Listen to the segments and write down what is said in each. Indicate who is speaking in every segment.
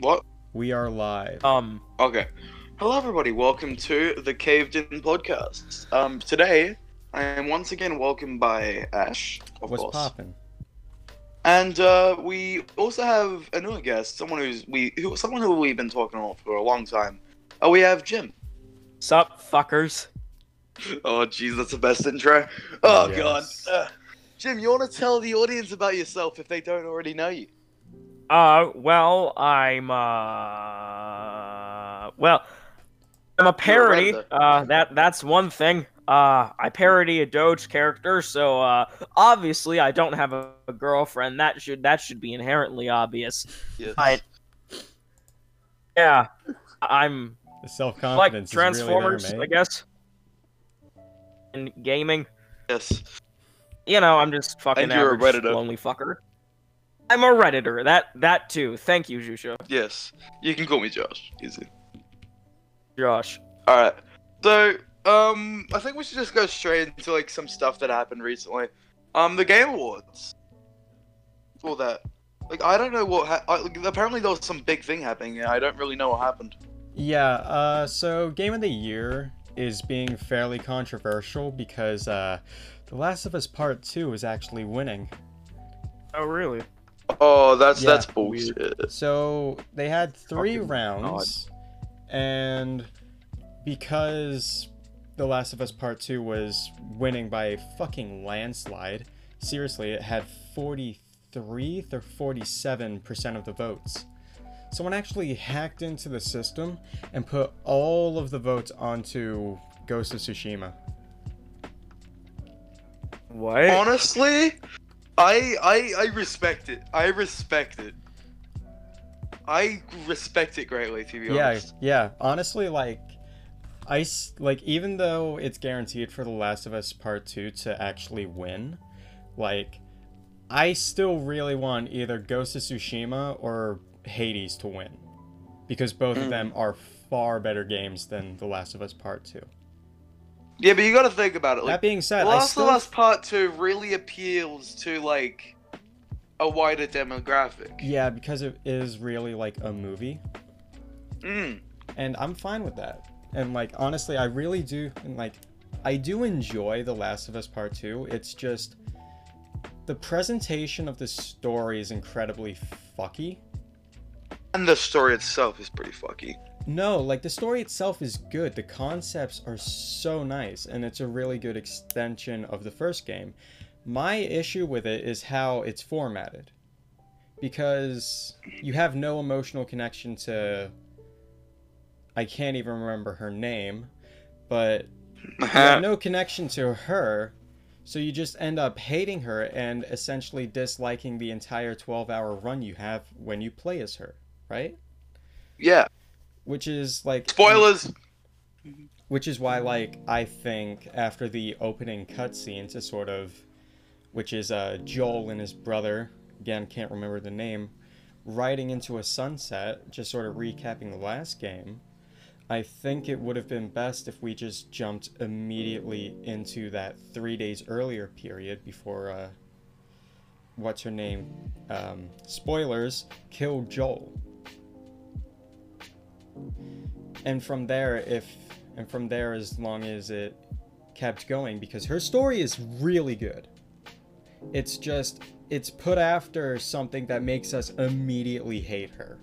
Speaker 1: What?
Speaker 2: We are live.
Speaker 3: Um,
Speaker 1: Okay. Hello, everybody. Welcome to the Caved In podcast. Um, today I am once again welcomed by Ash, of
Speaker 2: What's
Speaker 1: course,
Speaker 2: poppin'?
Speaker 1: and uh, we also have another guest, someone who's we who someone who we've been talking about for a long time. Oh, we have Jim.
Speaker 3: sup, fuckers.
Speaker 1: Oh, jeez, that's the best intro. Oh
Speaker 2: Yes.
Speaker 1: God, uh, Jim, you want to tell the audience about yourself if they don't already know you?
Speaker 3: Uh, well, I'm uh, well, I'm a parody.
Speaker 1: Lorenzo.
Speaker 3: Uh, that that's one thing. Uh, I parody a Doge character, so uh, obviously I don't have a, a girlfriend. That should that should be inherently obvious.
Speaker 1: Yes.
Speaker 3: I, yeah, I'm
Speaker 2: The
Speaker 3: like
Speaker 2: self-confidence
Speaker 3: Transformers,
Speaker 2: is
Speaker 3: I
Speaker 2: really there,
Speaker 3: guess. In gaming,
Speaker 1: Yes.
Speaker 3: you know, I'm just fucking
Speaker 1: And you're a
Speaker 3: average
Speaker 1: Redditor.
Speaker 3: lonely fucker. I'm a redditor. That that too. Thank you, Jusho.
Speaker 1: Yes. You can call me Josh. Easy.
Speaker 3: Josh.
Speaker 1: All right. So, um, I think we should just go straight into like some stuff that happened recently. Um, the Game Awards. All that. Like, I don't know what. Ha- I, like, apparently, there was some big thing happening, and I don't really know what happened.
Speaker 2: Yeah. Uh, so game of the year is being fairly controversial because uh, The Last of Us Part Two is actually winning.
Speaker 3: Oh really?
Speaker 1: Oh, that's
Speaker 2: Yeah,
Speaker 1: that's bullshit.
Speaker 2: So they had three
Speaker 1: Fucking
Speaker 2: rounds, and because The Last of Us Part Two was winning by a fucking landslide, seriously, it had 43 or 47 percent of the votes. Someone actually hacked into the system and put all of the votes onto Ghost of Tsushima.
Speaker 3: What?
Speaker 1: Honestly, I I I respect it. I respect it. I respect it greatly, to be
Speaker 2: Yeah,
Speaker 1: honest.
Speaker 2: yeah. Honestly, like I s- like even though it's guaranteed for The Last of Us Part 2 to actually win, like I still really want either Ghost of Tsushima or Hades to win because both
Speaker 1: Mm.
Speaker 2: of them are far better games than The Last of Us Part 2.
Speaker 1: Yeah, but you got to think about it. Like,
Speaker 2: that being said,
Speaker 1: The
Speaker 2: I
Speaker 1: Last
Speaker 2: still
Speaker 1: of Us Part Two really appeals to like a wider demographic.
Speaker 2: yeah, because it is really like a movie.
Speaker 1: Mm.
Speaker 2: and I'm fine with that. And like honestly, I really do and like I do enjoy The Last of Us Part 2. It's just the presentation of the story is incredibly fucky.
Speaker 1: And the story itself is pretty fucky.
Speaker 2: No, like the story itself is good. The concepts are so nice and it's a really good extension of the first game. My issue with it is how it's formatted. Because you have no emotional connection to I can't even remember her name, but you have no connection to her, so you just end up hating her and essentially disliking the entire 12 hour run you have when you play as her, right?
Speaker 1: yeah.
Speaker 2: Which is like
Speaker 1: Spoilers.
Speaker 2: Which is why, like, I think after the opening cutscene to sort of, which is uh, Joel and his brother, again, can't remember the name, riding into a sunset, just sort of recapping the last game, I think it would have been best if we just jumped immediately into that three days earlier period before, uh, what's her name? Um, spoilers, kill Joel. and from there if and from there as long as it kept going because her story is really good it's just it's put after something that makes us immediately hate her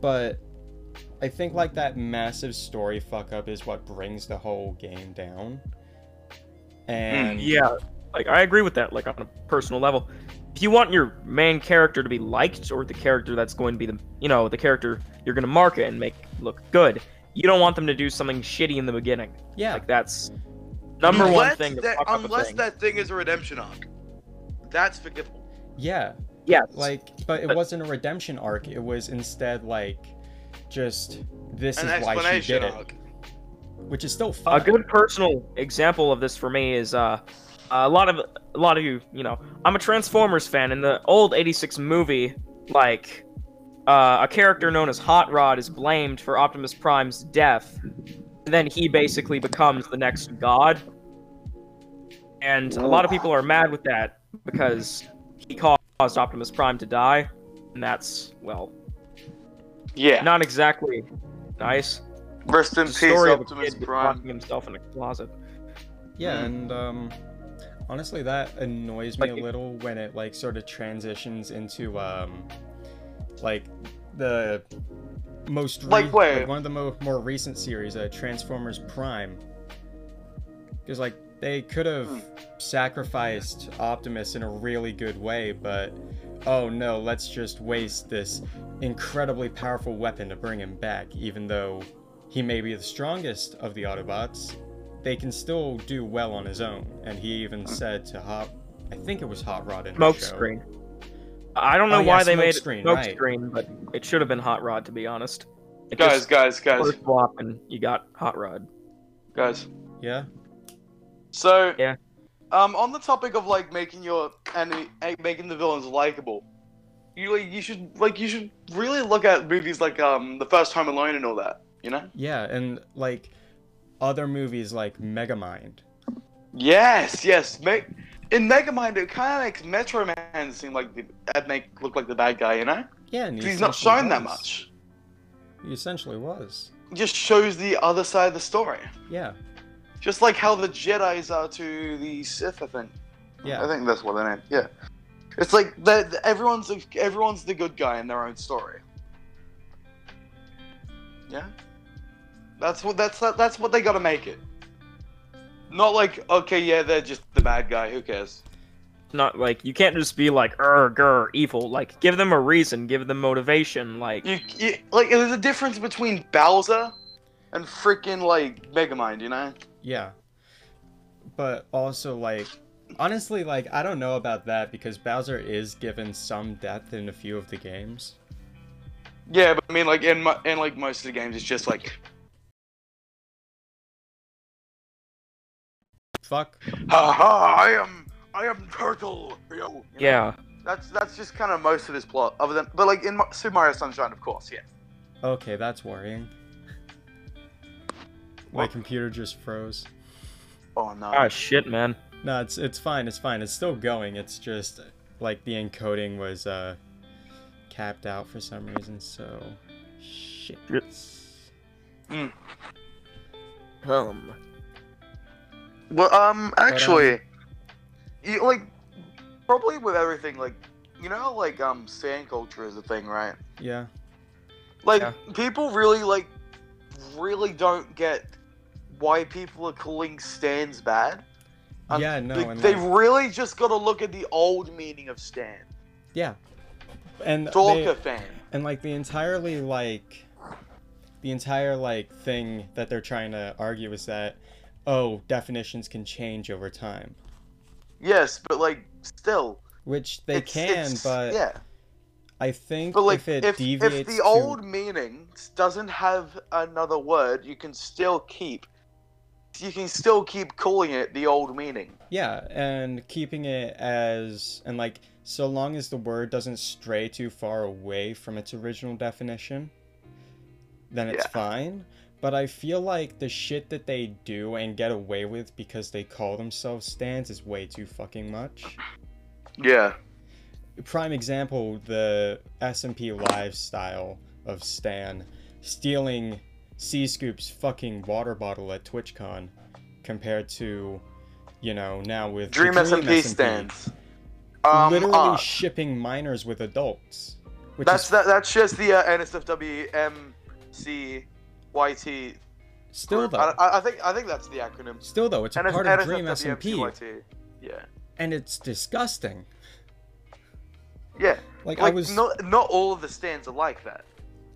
Speaker 2: but i think like that massive story fuck up is what brings the whole game down and
Speaker 3: Yeah, like I agree with that. Like on a personal level, if you want your main character to be liked, or the character that's going to be the, you know, the character you're going to market and make look good, you don't want them to do something shitty in the beginning.
Speaker 2: yeah
Speaker 3: Like that's number one
Speaker 1: Unless
Speaker 3: thing. To
Speaker 1: that-
Speaker 3: fuck up a
Speaker 1: unless
Speaker 3: thing.
Speaker 1: that thing is a redemption arc, that's forgivable.
Speaker 2: yeah
Speaker 3: yeah,
Speaker 2: like but it
Speaker 3: But-
Speaker 2: wasn't a redemption arc it was instead like just this
Speaker 1: An
Speaker 2: is why she
Speaker 1: explanation
Speaker 2: did it
Speaker 1: arc.
Speaker 2: which is still fun
Speaker 3: a good personal example of this for me is uh a lot of a lot of you you know i'm a transformers fan in the old 86 movie like uh, a character known as hot rod is blamed for optimus prime's death and then he basically becomes the next god and a lot of people are mad with that because he caused Optimus Prime to die, and that's well,
Speaker 1: Yeah.
Speaker 3: not exactly nice.
Speaker 1: Rest in
Speaker 3: It's a
Speaker 1: peace,
Speaker 3: story of a
Speaker 1: Optimus
Speaker 3: kid
Speaker 1: Prime.
Speaker 3: locking himself in a closet.
Speaker 2: Yeah,
Speaker 1: Mm.
Speaker 2: and um, honestly, that annoys me
Speaker 3: Like-
Speaker 2: a little when it like sort of transitions into um, like the most
Speaker 1: Like where?
Speaker 2: one of the mo- more recent series, uh, Transformers Prime, because like they could have
Speaker 1: Hmm.
Speaker 2: sacrificed Optimus in a really good way, but oh no, let's just waste this incredibly powerful weapon to bring him back, even though he may be the strongest of the Autobots, they can still do well on his own. And he
Speaker 1: Hmm.
Speaker 2: even said to Hot, I think it was Hot Rod in
Speaker 3: Smoke
Speaker 2: the show.
Speaker 3: screen. I don't
Speaker 2: Oh,
Speaker 3: know
Speaker 2: yeah,
Speaker 3: why they
Speaker 2: smoke
Speaker 3: made
Speaker 2: screen,
Speaker 3: it smoke
Speaker 2: right.
Speaker 3: screen, but it should have been Hot Rod to be honest. It
Speaker 1: Guys,
Speaker 3: just
Speaker 1: guys, guys,
Speaker 3: flip flop and you got Hot Rod.
Speaker 1: guys.
Speaker 2: Yeah.
Speaker 1: So,
Speaker 3: Yeah.
Speaker 1: um, on the topic of like making your enemy, eh, making the villains likable, you like you should like you should really look at movies like um the first Home Alone and all that. You know?
Speaker 2: Yeah. And like other movies like Megamind.
Speaker 1: Yes, yes. Make in Megamind, it kind of makes Metro Man seem like the eh, make look like the bad guy. You know?
Speaker 2: Yeah. And he
Speaker 1: 'Cause he's not
Speaker 2: essentially
Speaker 1: shown that
Speaker 2: was.
Speaker 1: much.
Speaker 2: He essentially was.
Speaker 1: It just shows the other side of the story.
Speaker 2: Yeah.
Speaker 1: Just like how the Jedi's are to the Sith, I think. I
Speaker 2: Yeah.
Speaker 1: think that's what their name. Yeah, it's like that. Everyone's everyone's the good guy in their own story. Yeah, that's what that's that's what they gotta make it. Not like okay, yeah, they're just the bad guy. Who cares?
Speaker 3: Not like you can't just be like er grr evil. Like give them a reason, give them motivation. Like
Speaker 1: You, you like there's a difference between Bowser and freaking like Megamind. You know?
Speaker 2: Yeah. But also like. Honestly, like I don't know about that because Bowser is given some depth in a few of the games.
Speaker 1: Yeah, but I mean, like in mo- in like most of the games, it's just like
Speaker 2: Fuck.
Speaker 1: ha ha, I am I am turtle. yo," you know?
Speaker 3: yeah,
Speaker 1: That's that's just kind of most of his plot, other than but like in Mar- Super Mario Sunshine, of course, yeah.
Speaker 2: Okay, that's worrying. My
Speaker 1: What?
Speaker 2: computer just froze.
Speaker 1: Oh no.
Speaker 3: ah shit, man.
Speaker 2: No, it's it's fine. It's fine. It's still going. It's just like the encoding was uh capped out for some reason. So shit.
Speaker 3: Yep. Um,
Speaker 1: Well, um, actually, you like probably with everything, like you know, like um, fan culture is a thing, right?
Speaker 2: Yeah.
Speaker 1: Like
Speaker 3: Yeah.
Speaker 1: people really like really don't get why people are calling stands bad. Um,
Speaker 2: yeah. No.
Speaker 1: they,
Speaker 2: and
Speaker 1: they
Speaker 2: like-
Speaker 1: really just got to look at the old meaning of stand.
Speaker 2: yeah. And they-
Speaker 1: Stalker fan.
Speaker 2: and like the entirely like the entire like thing that they're trying to argue is that oh definitions can change over time,
Speaker 1: Yes, but like still,
Speaker 2: which they
Speaker 1: it's-
Speaker 2: can,
Speaker 1: it's-
Speaker 2: but
Speaker 1: yeah.
Speaker 2: I think
Speaker 1: But like,
Speaker 2: if it
Speaker 1: if, if,
Speaker 2: deviates
Speaker 1: the
Speaker 2: too-
Speaker 1: old meaning doesn't have another word, you can still keep, you can still keep calling it the old meaning.
Speaker 2: Yeah, and keeping it as and like so long as the word doesn't stray too far away from its original definition, then it's
Speaker 1: Yeah.
Speaker 2: fine. But I feel like the shit that they do and get away with because they call themselves stands is way too fucking much.
Speaker 1: Yeah.
Speaker 2: Prime example, the S&P lifestyle of Stan stealing Sea Scoop's fucking water bottle at TwitchCon compared to you know, now with the
Speaker 1: Dream SMP
Speaker 2: S&P.
Speaker 1: stands. Um,
Speaker 2: literally
Speaker 1: uh,
Speaker 2: shipping minors with adults. Which
Speaker 1: that's
Speaker 2: is
Speaker 1: that. That's just the uh, NSFWMCYT.
Speaker 2: still
Speaker 1: group.
Speaker 2: though.
Speaker 1: I, I- I think I think that's the acronym.
Speaker 2: still though, it's a
Speaker 1: NS-
Speaker 2: part of Dream SMP,
Speaker 1: NSFWMCYT. Yeah.
Speaker 2: and it's disgusting.
Speaker 1: Yeah.
Speaker 2: Like,
Speaker 1: Like
Speaker 2: I was,
Speaker 1: not not all of the stands are like that.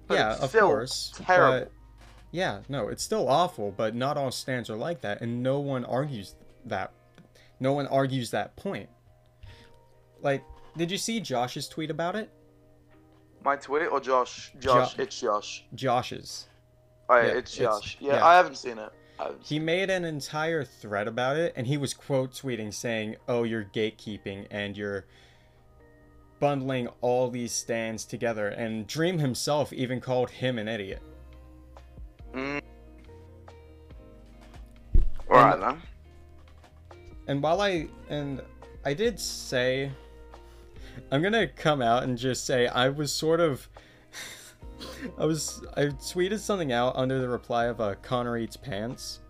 Speaker 1: but
Speaker 2: yeah,
Speaker 1: it's
Speaker 2: of
Speaker 1: still
Speaker 2: course,
Speaker 1: terrible.
Speaker 2: but- yeah, no, it's still awful, but not all stands are like that, and no one argues that. No one argues that point. Like, did you see Josh's tweet about it?
Speaker 1: My tweet or Josh? Josh.
Speaker 2: Jo-
Speaker 1: it's Josh.
Speaker 2: Josh's.
Speaker 1: Oh, yeah,
Speaker 2: Yeah,
Speaker 1: it's
Speaker 2: it's-
Speaker 1: Josh. yeah,
Speaker 2: yeah.
Speaker 1: I haven't seen it. I haven't
Speaker 2: He made an entire thread about it, and he was quote tweeting saying, "Oh, you're gatekeeping, and you're bundling all these stands together." And Dream himself even called him an idiot.
Speaker 1: Mm. All right, then.
Speaker 2: and while I and I did say I'm gonna come out and just say I was sort of I was I tweeted something out under the reply of uh, Connor eats pants,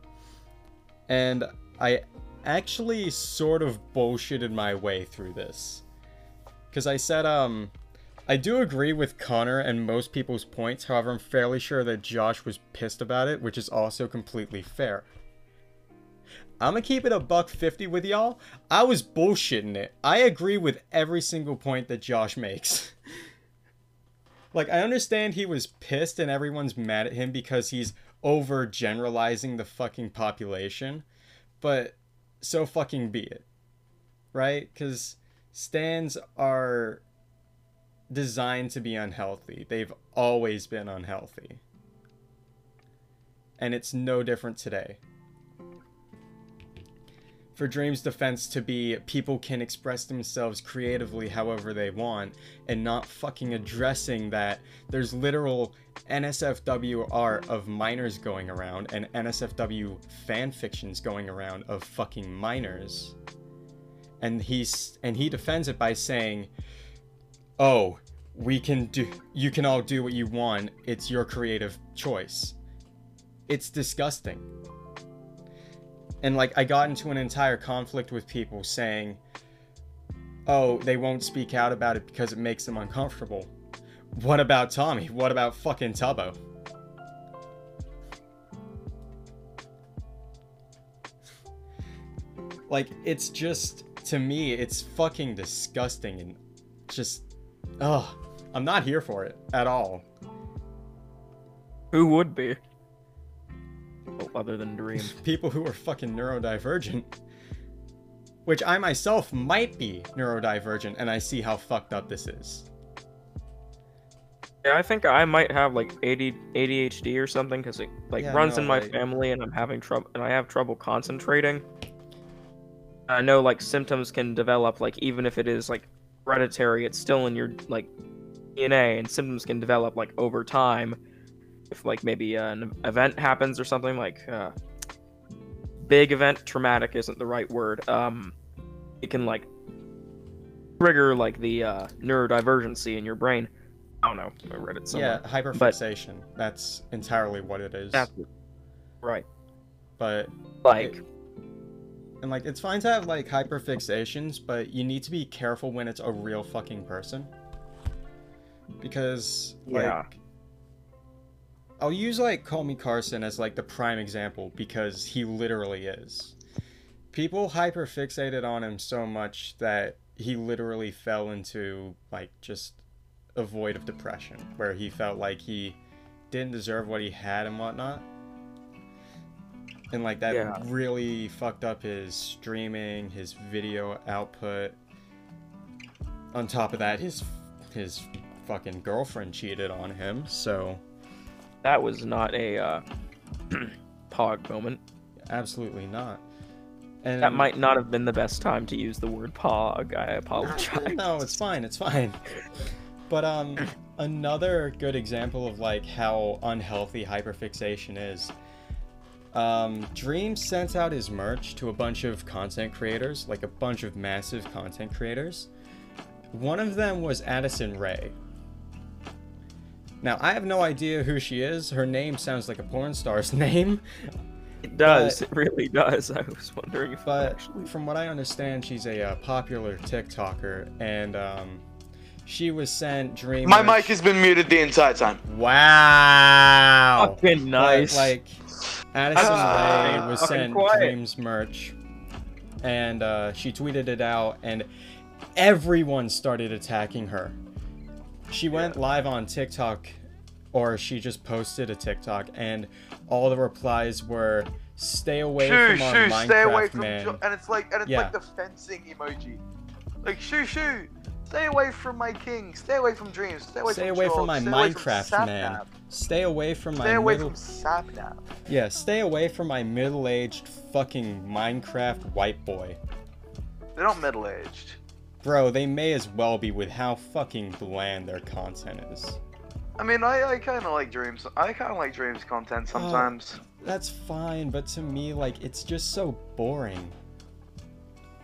Speaker 2: and I actually sort of bullshitted my way through this, because I said um I do agree with Connor and most people's points. However, I'm fairly sure that Josh was pissed about it, which is also completely fair. I'm gonna keep it a buck 50 with y'all. I was bullshitting it. I agree with every single point that Josh makes. like, I understand he was pissed and everyone's mad at him because he's over generalizing the fucking population, but so fucking be it. Right? Because stands are designed to be unhealthy, they've always been unhealthy. And it's no different today for Dream's defense to be people can express themselves creatively however they want and not fucking addressing that there's literal NSFW art of minors going around and NSFW fan fictions going around of fucking minors. And he's and he defends it by saying, "Oh, we can do you can all do what you want. It's your creative choice." It's disgusting and like I got into an entire conflict with people saying, "Oh, they won't speak out about it because it makes them uncomfortable." What about Tommy? What about fucking Tubbo? Like it's just to me, it's fucking disgusting and just ugh. I'm not here for it at all.
Speaker 3: Who would be? Oh, other than Dream.
Speaker 2: people who are fucking neurodivergent, which I myself might be neurodivergent, and I see how fucked up this is.
Speaker 3: Yeah, I think I might have like AD, ADHD or something because it like
Speaker 2: Yeah,
Speaker 3: runs
Speaker 2: no,
Speaker 3: in my
Speaker 2: like-
Speaker 3: family, and I'm having trouble, and I have trouble concentrating. I know like symptoms can develop, like even if it is like hereditary, it's still in your like DNA, and symptoms can develop like over time. If like maybe uh, an event happens or something like uh, big event, traumatic isn't the right word. Um, it can like trigger like the uh, neurodivergency in your brain. I don't know. I read it somewhere.
Speaker 2: Yeah, hyperfixation. That's entirely what it is.
Speaker 3: That's right.
Speaker 2: But
Speaker 3: Like,
Speaker 2: and like it's fine to have like hyperfixations, but you need to be careful when it's a real fucking person. Because like
Speaker 3: Yeah.
Speaker 2: I'll use like Call Me Carson as like the prime example because he literally is. People hyperfixated on him so much that he literally fell into like just a void of depression where he felt like he didn't deserve what he had and whatnot. And like that
Speaker 3: Yeah.
Speaker 2: really fucked up his streaming, his video output. On top of that, his his fucking girlfriend cheated on him, so
Speaker 3: that was not a uh, pog moment.
Speaker 2: absolutely not. And
Speaker 3: That might not have been the best time to use the word pog. I apologize.
Speaker 2: No, it's fine. It's fine. But um, another good example of like how unhealthy hyperfixation is. Um, Dream sent out his merch to a bunch of content creators, like a bunch of massive content creators. One of them was Addison Ray. Now I have no idea who she is. Her name sounds like a porn star's name.
Speaker 3: It does. It really does. I was wondering if I
Speaker 2: But
Speaker 3: actually.
Speaker 2: from what I understand, she's a uh, popular TikToker, and um, she was sent Dream.
Speaker 1: My
Speaker 2: merch-
Speaker 1: mic has been muted the entire time.
Speaker 2: Wow.
Speaker 3: Fucking nice.
Speaker 2: Like, like Addison
Speaker 1: Ah,
Speaker 2: Rae was
Speaker 3: fucking
Speaker 2: sent
Speaker 3: quiet.
Speaker 2: Dreams merch, and uh, she tweeted it out, and everyone started attacking her. She went live on TikTok, or she just posted a TikTok, and all the replies were, "Stay away
Speaker 1: Shoo,
Speaker 2: from our
Speaker 1: shoo,
Speaker 2: Minecraft
Speaker 1: stay away from
Speaker 2: man."
Speaker 1: Jo- and it's like and it's
Speaker 2: Yeah.
Speaker 1: like the fencing emoji. Like shoo shoo, stay away from my king, stay away from dreams, stay away
Speaker 2: Stay
Speaker 1: from
Speaker 2: away from
Speaker 1: Jorg,
Speaker 2: my
Speaker 1: stay away
Speaker 2: Minecraft
Speaker 1: from
Speaker 2: man.
Speaker 1: Sapnap,
Speaker 2: Stay away from my
Speaker 1: Stay away
Speaker 2: middle
Speaker 1: from Sapnap.
Speaker 2: Yeah, stay away from my middle-aged fucking Minecraft white boy.
Speaker 1: They're not middle aged.
Speaker 2: Bro, they may as well be with how fucking bland their content is.
Speaker 1: I mean, I, I kind of like dreams. I kind of like dreams content
Speaker 2: Oh.
Speaker 1: sometimes.
Speaker 2: That's fine, but to me, like, it's just so boring.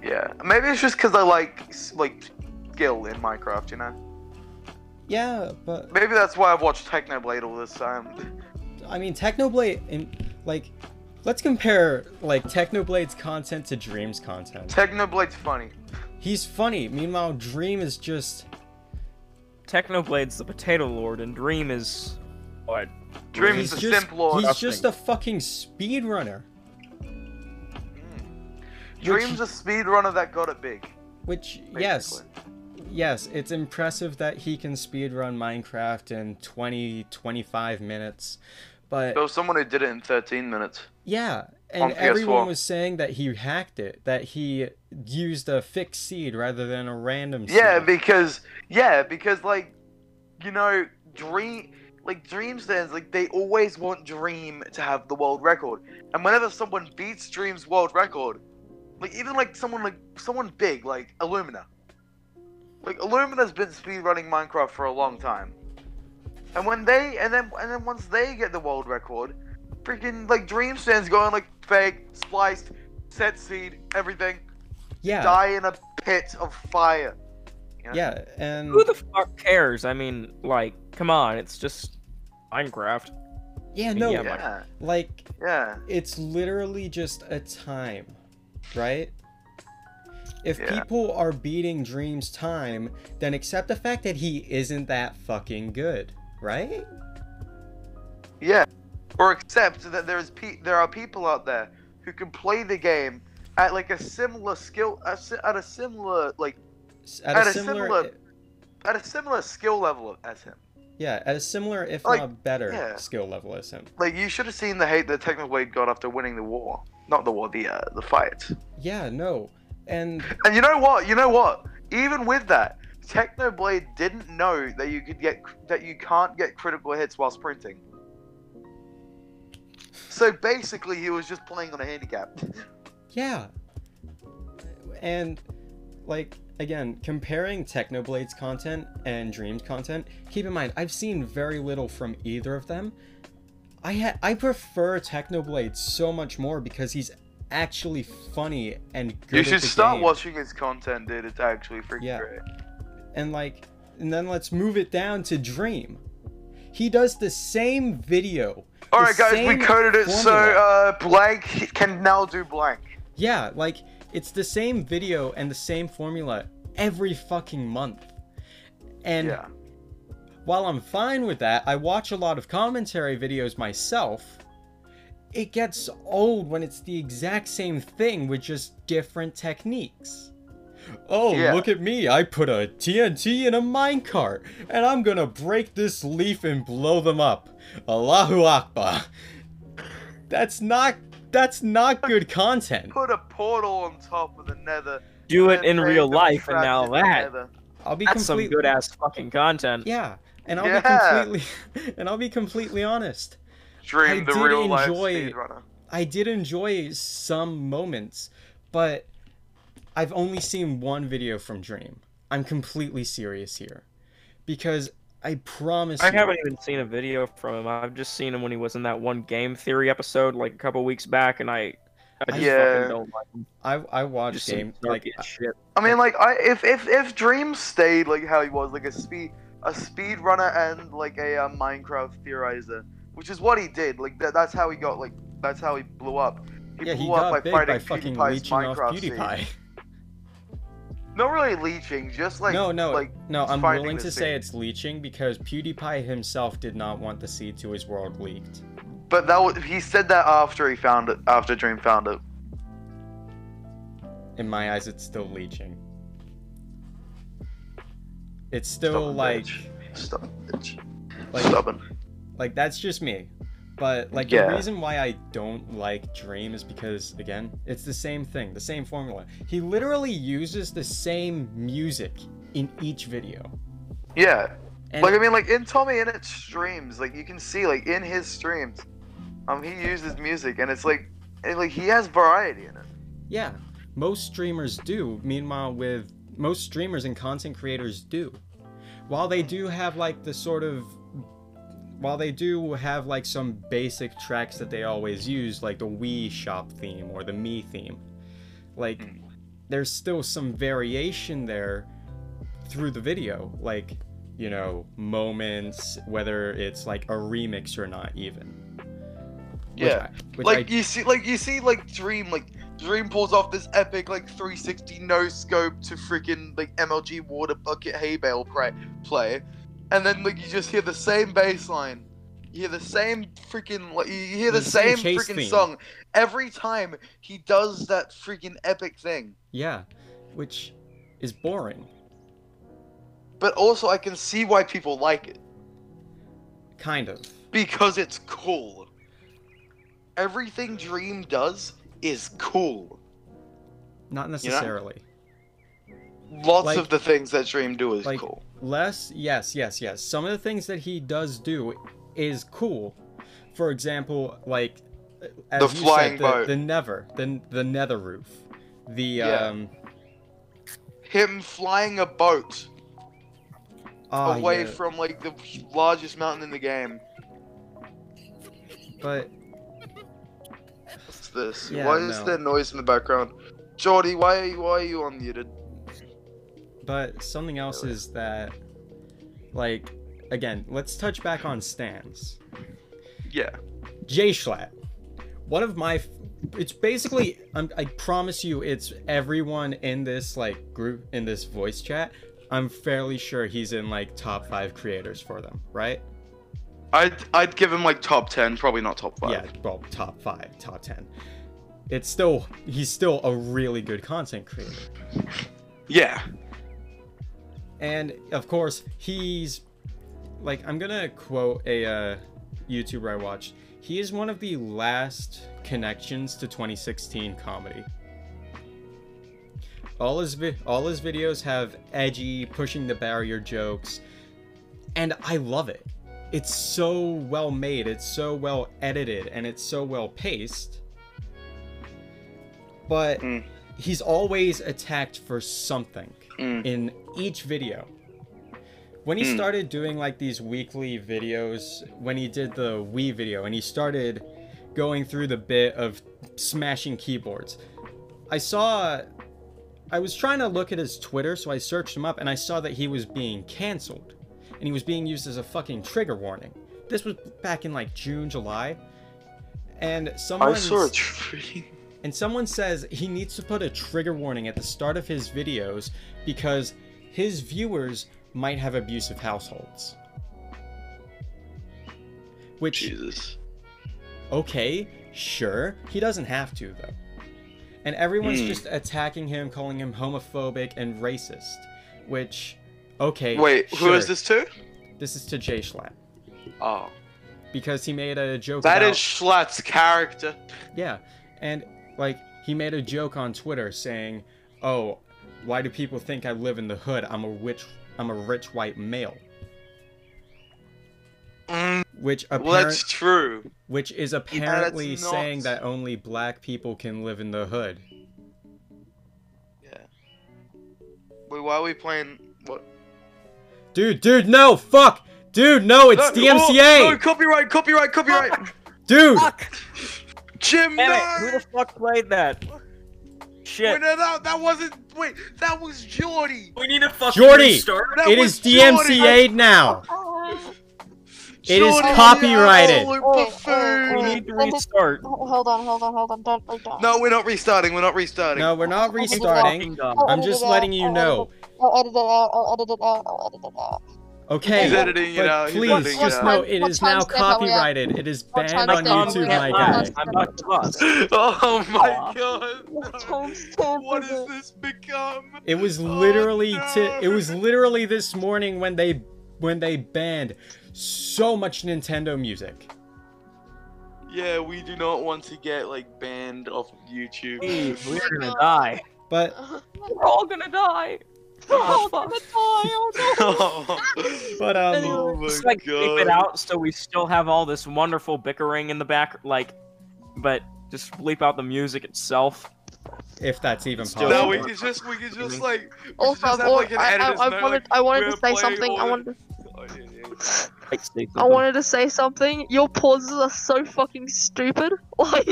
Speaker 1: Yeah, maybe it's just because I like s- like skill in Minecraft, you know.
Speaker 2: Yeah, but
Speaker 1: Maybe that's why I've watched Technoblade all this time.
Speaker 2: I mean, Technoblade and like, let's compare like Technoblade's content to Dream's content.
Speaker 1: Technoblade's funny.
Speaker 2: He's funny. Meanwhile, Dream is just
Speaker 3: Technoblade's the potato lord, and Dream is what?
Speaker 1: Dream
Speaker 2: he's
Speaker 1: is a
Speaker 2: just
Speaker 1: simp lord.
Speaker 2: he's just a fucking speedrunner.
Speaker 1: Dream's a speedrunner that got it big.
Speaker 2: Which yes,
Speaker 1: basically.
Speaker 2: yes, it's impressive that he can speedrun Minecraft in 20 25 minutes. But
Speaker 1: There was someone who did it in 13 minutes.
Speaker 2: yeah,
Speaker 1: On
Speaker 2: and
Speaker 1: PS4.
Speaker 2: everyone was saying that he hacked it, that he used a fixed seed rather than a random seed.
Speaker 1: Yeah, because yeah, because like you know, dream like dream stands like they always want dream to have the world record, and whenever someone beats dream's world record, like even like someone like someone big like Illumina, like Illumina's been speedrunning Minecraft for a long time, and when they and then and then once they get the world record, freaking like dream stands going like fake spliced, set seed everything,
Speaker 2: yeah.
Speaker 1: die in a pit of fire.
Speaker 2: Yeah, and
Speaker 3: Who the fuck cares? I mean, like, come on, it's just Minecraft.
Speaker 2: yeah, no,
Speaker 3: Yeah.
Speaker 1: Yeah,
Speaker 2: like
Speaker 1: yeah.
Speaker 2: it's literally just a time, right? If
Speaker 1: Yeah.
Speaker 2: people are beating Dream's time, then accept the fact that he isn't that fucking good, right?
Speaker 1: Yeah. Or accept that there is pe- there are people out there who can play the game at like a similar skill a si- at a similar like
Speaker 2: S- At,
Speaker 1: At
Speaker 2: a
Speaker 1: a
Speaker 2: similar,
Speaker 1: similar- at a similar skill level as him.
Speaker 2: yeah, at a similar if
Speaker 1: Like,
Speaker 2: not better
Speaker 1: yeah.
Speaker 2: skill level as him.
Speaker 1: Like you should have seen the hate that Technoblade got after winning the war, not the war, the uh, the fight.
Speaker 2: Yeah, no, and
Speaker 1: And you know what? You know what? Even with that, Technoblade didn't know that you could get that you can't get critical hits while sprinting. So basically, he was just playing on a handicap.
Speaker 2: Yeah. And like again, comparing Technoblade's content and Dream's content, keep in mind I've seen very little from either of them. I ha- I prefer Technoblade so much more because he's actually funny and good.
Speaker 1: You
Speaker 2: at
Speaker 1: should
Speaker 2: the
Speaker 1: start
Speaker 2: game.
Speaker 1: watching his content, dude. It's actually freaking
Speaker 2: Yeah.
Speaker 1: great.
Speaker 2: And like and then let's move it down to Dream. He does the same video.
Speaker 1: All
Speaker 2: the
Speaker 1: right, guys, we
Speaker 2: same
Speaker 1: coded it so
Speaker 2: formula.
Speaker 1: uh, blank can now do blank.
Speaker 2: Yeah, like it's the same video and the same formula every fucking month. And
Speaker 1: yeah,
Speaker 2: while I'm fine with that, I watch a lot of commentary videos myself. It gets old when it's the exact same thing with just different techniques. Oh,
Speaker 1: Yeah.
Speaker 2: look at me. I put a TNT in a minecart, and I'm gonna break this leaf and blow them up. Allahu Akbar. That's not that's not good content.
Speaker 1: put a portal on top of the Nether.
Speaker 3: Do it
Speaker 1: and
Speaker 3: in
Speaker 1: then
Speaker 3: real
Speaker 1: they were
Speaker 3: life, and
Speaker 1: trapped
Speaker 3: now
Speaker 1: in the
Speaker 3: that
Speaker 1: Nether.
Speaker 2: I'll be
Speaker 3: that's some
Speaker 2: completely
Speaker 3: good ass fucking content.
Speaker 2: Yeah. And I'll
Speaker 1: Yeah.
Speaker 2: be completely and I'll be completely honest.
Speaker 1: Dream
Speaker 2: I
Speaker 1: the
Speaker 2: did
Speaker 1: real life
Speaker 2: enjoy-
Speaker 1: speedrunner.
Speaker 2: I did enjoy some moments, but I've only seen one video from Dream. I'm completely serious here. Because I promise
Speaker 3: I
Speaker 2: you,
Speaker 3: haven't even seen a video from him. I've just seen him when he was in that one game theory episode like a couple weeks back, and I, I just
Speaker 1: Yeah.
Speaker 3: fucking don't like him.
Speaker 2: I I watched
Speaker 3: Just some
Speaker 2: game like uh,
Speaker 3: snarky as shit.
Speaker 1: I mean, like, I if if if Dream stayed like how he was, like a speed a speedrunner and like a uh, Minecraft theorizer, which is what he did. Like that, that's how he got like that's how he blew up. He
Speaker 2: yeah, he
Speaker 1: blew up
Speaker 2: got big by
Speaker 1: fighting
Speaker 2: fucking
Speaker 1: PewDiePie's
Speaker 2: leeching off
Speaker 1: Minecraft scene.
Speaker 2: PewDiePie.
Speaker 1: Not really leeching, just like
Speaker 2: no, no,
Speaker 1: like
Speaker 2: no. I'm
Speaker 1: finding
Speaker 2: willing
Speaker 1: the
Speaker 2: to say
Speaker 1: seed.
Speaker 2: it's leeching because PewDiePie himself did not want the seed to his world leaked.
Speaker 1: But that was, he said that after he found it, after Dream found it.
Speaker 2: In my eyes, it's still leeching. It's
Speaker 1: Stubborn
Speaker 2: still like,
Speaker 1: bitch. Stubborn bitch.
Speaker 2: like
Speaker 1: Stubborn.
Speaker 2: like that's just me but like the
Speaker 1: Yeah.
Speaker 2: reason why i don't like dream is because again it's the same thing the same formula he literally uses the same music in each video
Speaker 1: Yeah.
Speaker 2: and
Speaker 1: Like I mean, like in Tommy in its streams, like you can see, like in his streams, um, he uses music, and it's like, and, like he has variety in it.
Speaker 2: yeah most streamers do meanwhile with most streamers and content creators do while they do have like the sort of while they do have like some basic tracks
Speaker 1: Hmm.
Speaker 2: that they always use like the wii shop theme or the me theme like there's still some variation there through the video, like you know moments, whether it's like a remix or not, even. Which
Speaker 1: Yeah.
Speaker 2: I- which
Speaker 1: like
Speaker 2: I-
Speaker 1: you see, like you see, like Dream, like Dream pulls off this epic like 360 no scope to freaking like MLG water bucket hay bale play, play, and then like you just hear the same bass line, you hear the same freaking like you hear the,
Speaker 2: The same
Speaker 1: same,
Speaker 2: chase
Speaker 1: freaking
Speaker 2: theme.
Speaker 1: song every time he does that freaking epic thing.
Speaker 2: yeah, which is boring.
Speaker 1: But also, I can see why people like it
Speaker 2: Kind of.
Speaker 1: because it's cool. Everything Dream does is cool.
Speaker 2: Not necessarily.
Speaker 1: Lots
Speaker 2: Like-
Speaker 1: of the things that Dream do is
Speaker 2: like-
Speaker 1: cool.
Speaker 2: Less, yes, yes, yes. Some of the things that he does do is cool. For example, like uh, as
Speaker 1: The
Speaker 2: you
Speaker 1: flying
Speaker 2: said, the,
Speaker 1: boat.
Speaker 2: the never, the the nether roof, the
Speaker 1: Yeah.
Speaker 2: um
Speaker 1: him flying a boat
Speaker 2: ah,
Speaker 1: away
Speaker 2: yeah,
Speaker 1: from like the largest mountain in the game.
Speaker 2: but
Speaker 1: What's this?
Speaker 2: Yeah,
Speaker 1: why is
Speaker 2: no.
Speaker 1: there noise in the background? Jordy, why why are you unmuted?
Speaker 2: but something else
Speaker 1: Really?
Speaker 2: is that like again, let's touch back on stands.
Speaker 1: Yeah.
Speaker 2: J Schlatt. One of my, f- it's basically. I'm, I promise you, it's everyone in this like group in this voice chat. I'm fairly sure he's in like top five creators for them, right?
Speaker 1: I'd I'd give him like top ten, probably not top five.
Speaker 2: Yeah, well, top five, top ten. It's still he's still a really good content creator,
Speaker 1: Yeah.
Speaker 2: and of course he's like I'm gonna quote a uh, YouTuber I watched. He is one of the last connections to 2016 comedy. All his vi- all his videos have edgy, pushing the barrier jokes, and I love it. It's so well made, it's so well edited, and it's so well paced. But
Speaker 1: Mm.
Speaker 2: he's always attacked for something
Speaker 1: Mm.
Speaker 2: in each video. When he
Speaker 1: Mm.
Speaker 2: started doing like these weekly videos, when he did the Wii video and he started going through the bit of smashing keyboards, I saw. I was trying to look at his Twitter, so I searched him up and I saw that he was being canceled and he was being used as a fucking trigger warning. This was back in like June, July. And someone
Speaker 1: I saw a tree.
Speaker 2: and someone says he needs to put a trigger warning at the start of his videos because his viewers might have abusive households. Which,
Speaker 1: Jesus.
Speaker 2: okay, sure, he doesn't have to though. And everyone's
Speaker 1: Hmm.
Speaker 2: just attacking him, calling him homophobic and racist. Which, okay.
Speaker 1: Wait, who is
Speaker 2: sure.
Speaker 1: this to?
Speaker 2: This is to Jay Schlatt
Speaker 1: Oh.
Speaker 2: because he made a joke.
Speaker 1: That
Speaker 2: about-
Speaker 1: is Schlatt's character.
Speaker 2: Yeah, and like he made a joke on Twitter saying, "Oh, why do people think I live in the hood? I'm a rich, I'm a rich white male,"
Speaker 1: Mm,
Speaker 2: which apparent,
Speaker 1: well that's true.
Speaker 2: which is apparently
Speaker 1: not-
Speaker 2: saying that only black people can live in the hood.
Speaker 1: Yeah. Wait, why are we playing what
Speaker 2: Dude, dude, no, fuck, dude, no, it's
Speaker 1: No, oh, no,
Speaker 2: DMCA,
Speaker 1: copyright, copyright, copyright!
Speaker 2: dude.
Speaker 3: Fuck!
Speaker 1: Jim
Speaker 3: Damn
Speaker 1: no!
Speaker 3: it! Who the fuck played that?
Speaker 1: Wait,
Speaker 3: Shit!
Speaker 1: no, no, that wasn't. Wait, that was Jordy.
Speaker 3: We need to fucking
Speaker 2: Jordy!
Speaker 3: restart.
Speaker 1: That
Speaker 2: It
Speaker 1: was
Speaker 2: is DMCA now.
Speaker 4: Uh,
Speaker 2: It is copyrighted.
Speaker 1: you absolute
Speaker 4: Oh, oh, oh.
Speaker 1: buffoon.
Speaker 3: We need to restart.
Speaker 4: Ho- Hold on, hold on, hold on. Don't break down.
Speaker 1: No, we're not restarting. We're not restarting.
Speaker 2: No, we're not
Speaker 4: Fucking
Speaker 2: restarting.
Speaker 3: Fucking God.
Speaker 4: I'll
Speaker 2: I'm
Speaker 4: edit
Speaker 2: just
Speaker 4: it out,
Speaker 2: letting you
Speaker 4: I'll
Speaker 2: know.
Speaker 4: edit it- I'll edit it out. I'll edit it out. I'll edit it out.
Speaker 2: Okay.
Speaker 1: He's editing it
Speaker 2: But
Speaker 1: out. He's
Speaker 2: please,
Speaker 1: editing it
Speaker 2: just
Speaker 4: out.
Speaker 2: know it
Speaker 4: What
Speaker 2: is
Speaker 4: time
Speaker 2: now
Speaker 4: stamp are we at?
Speaker 2: copyrighted. It is
Speaker 4: What
Speaker 2: banned
Speaker 4: time
Speaker 2: on
Speaker 4: stamp are we
Speaker 2: YouTube,
Speaker 4: at?
Speaker 2: my
Speaker 4: What
Speaker 2: guy.
Speaker 4: time-
Speaker 3: I'm not lost.
Speaker 1: out. Oh my
Speaker 3: Aw.
Speaker 4: What
Speaker 1: god.
Speaker 4: time stamp
Speaker 1: What
Speaker 4: is
Speaker 1: has
Speaker 4: it?
Speaker 1: this become?
Speaker 2: It was
Speaker 1: Oh,
Speaker 2: literally ti-
Speaker 1: no.
Speaker 2: it was literally this morning when they when they banned so much Nintendo music.
Speaker 1: Yeah, we do not want to get like banned off
Speaker 3: We're
Speaker 1: YouTube.
Speaker 3: gonna die.
Speaker 2: But
Speaker 3: We're all gonna die.
Speaker 4: We're all gonna die. Oh no.
Speaker 1: oh
Speaker 2: but um
Speaker 1: my
Speaker 3: Just like
Speaker 1: god.
Speaker 3: bleep it out so we still have all this wonderful bickering in the back, like, but just bleep out the music itself.
Speaker 2: if that's even
Speaker 3: Still-
Speaker 1: No, we
Speaker 2: possible.
Speaker 1: can just we can just like we can
Speaker 4: Also,
Speaker 1: just have like an
Speaker 4: I, I,
Speaker 1: editor's
Speaker 4: I
Speaker 1: note,
Speaker 4: wanted, I wanted
Speaker 1: we're
Speaker 4: to say
Speaker 1: playing
Speaker 4: something. I
Speaker 1: all-
Speaker 4: wanted,
Speaker 1: like- oh, yeah, yeah, yeah.
Speaker 3: Like, say
Speaker 4: I
Speaker 3: something.
Speaker 4: wanted to say something. Your pauses are so fucking stupid. Like,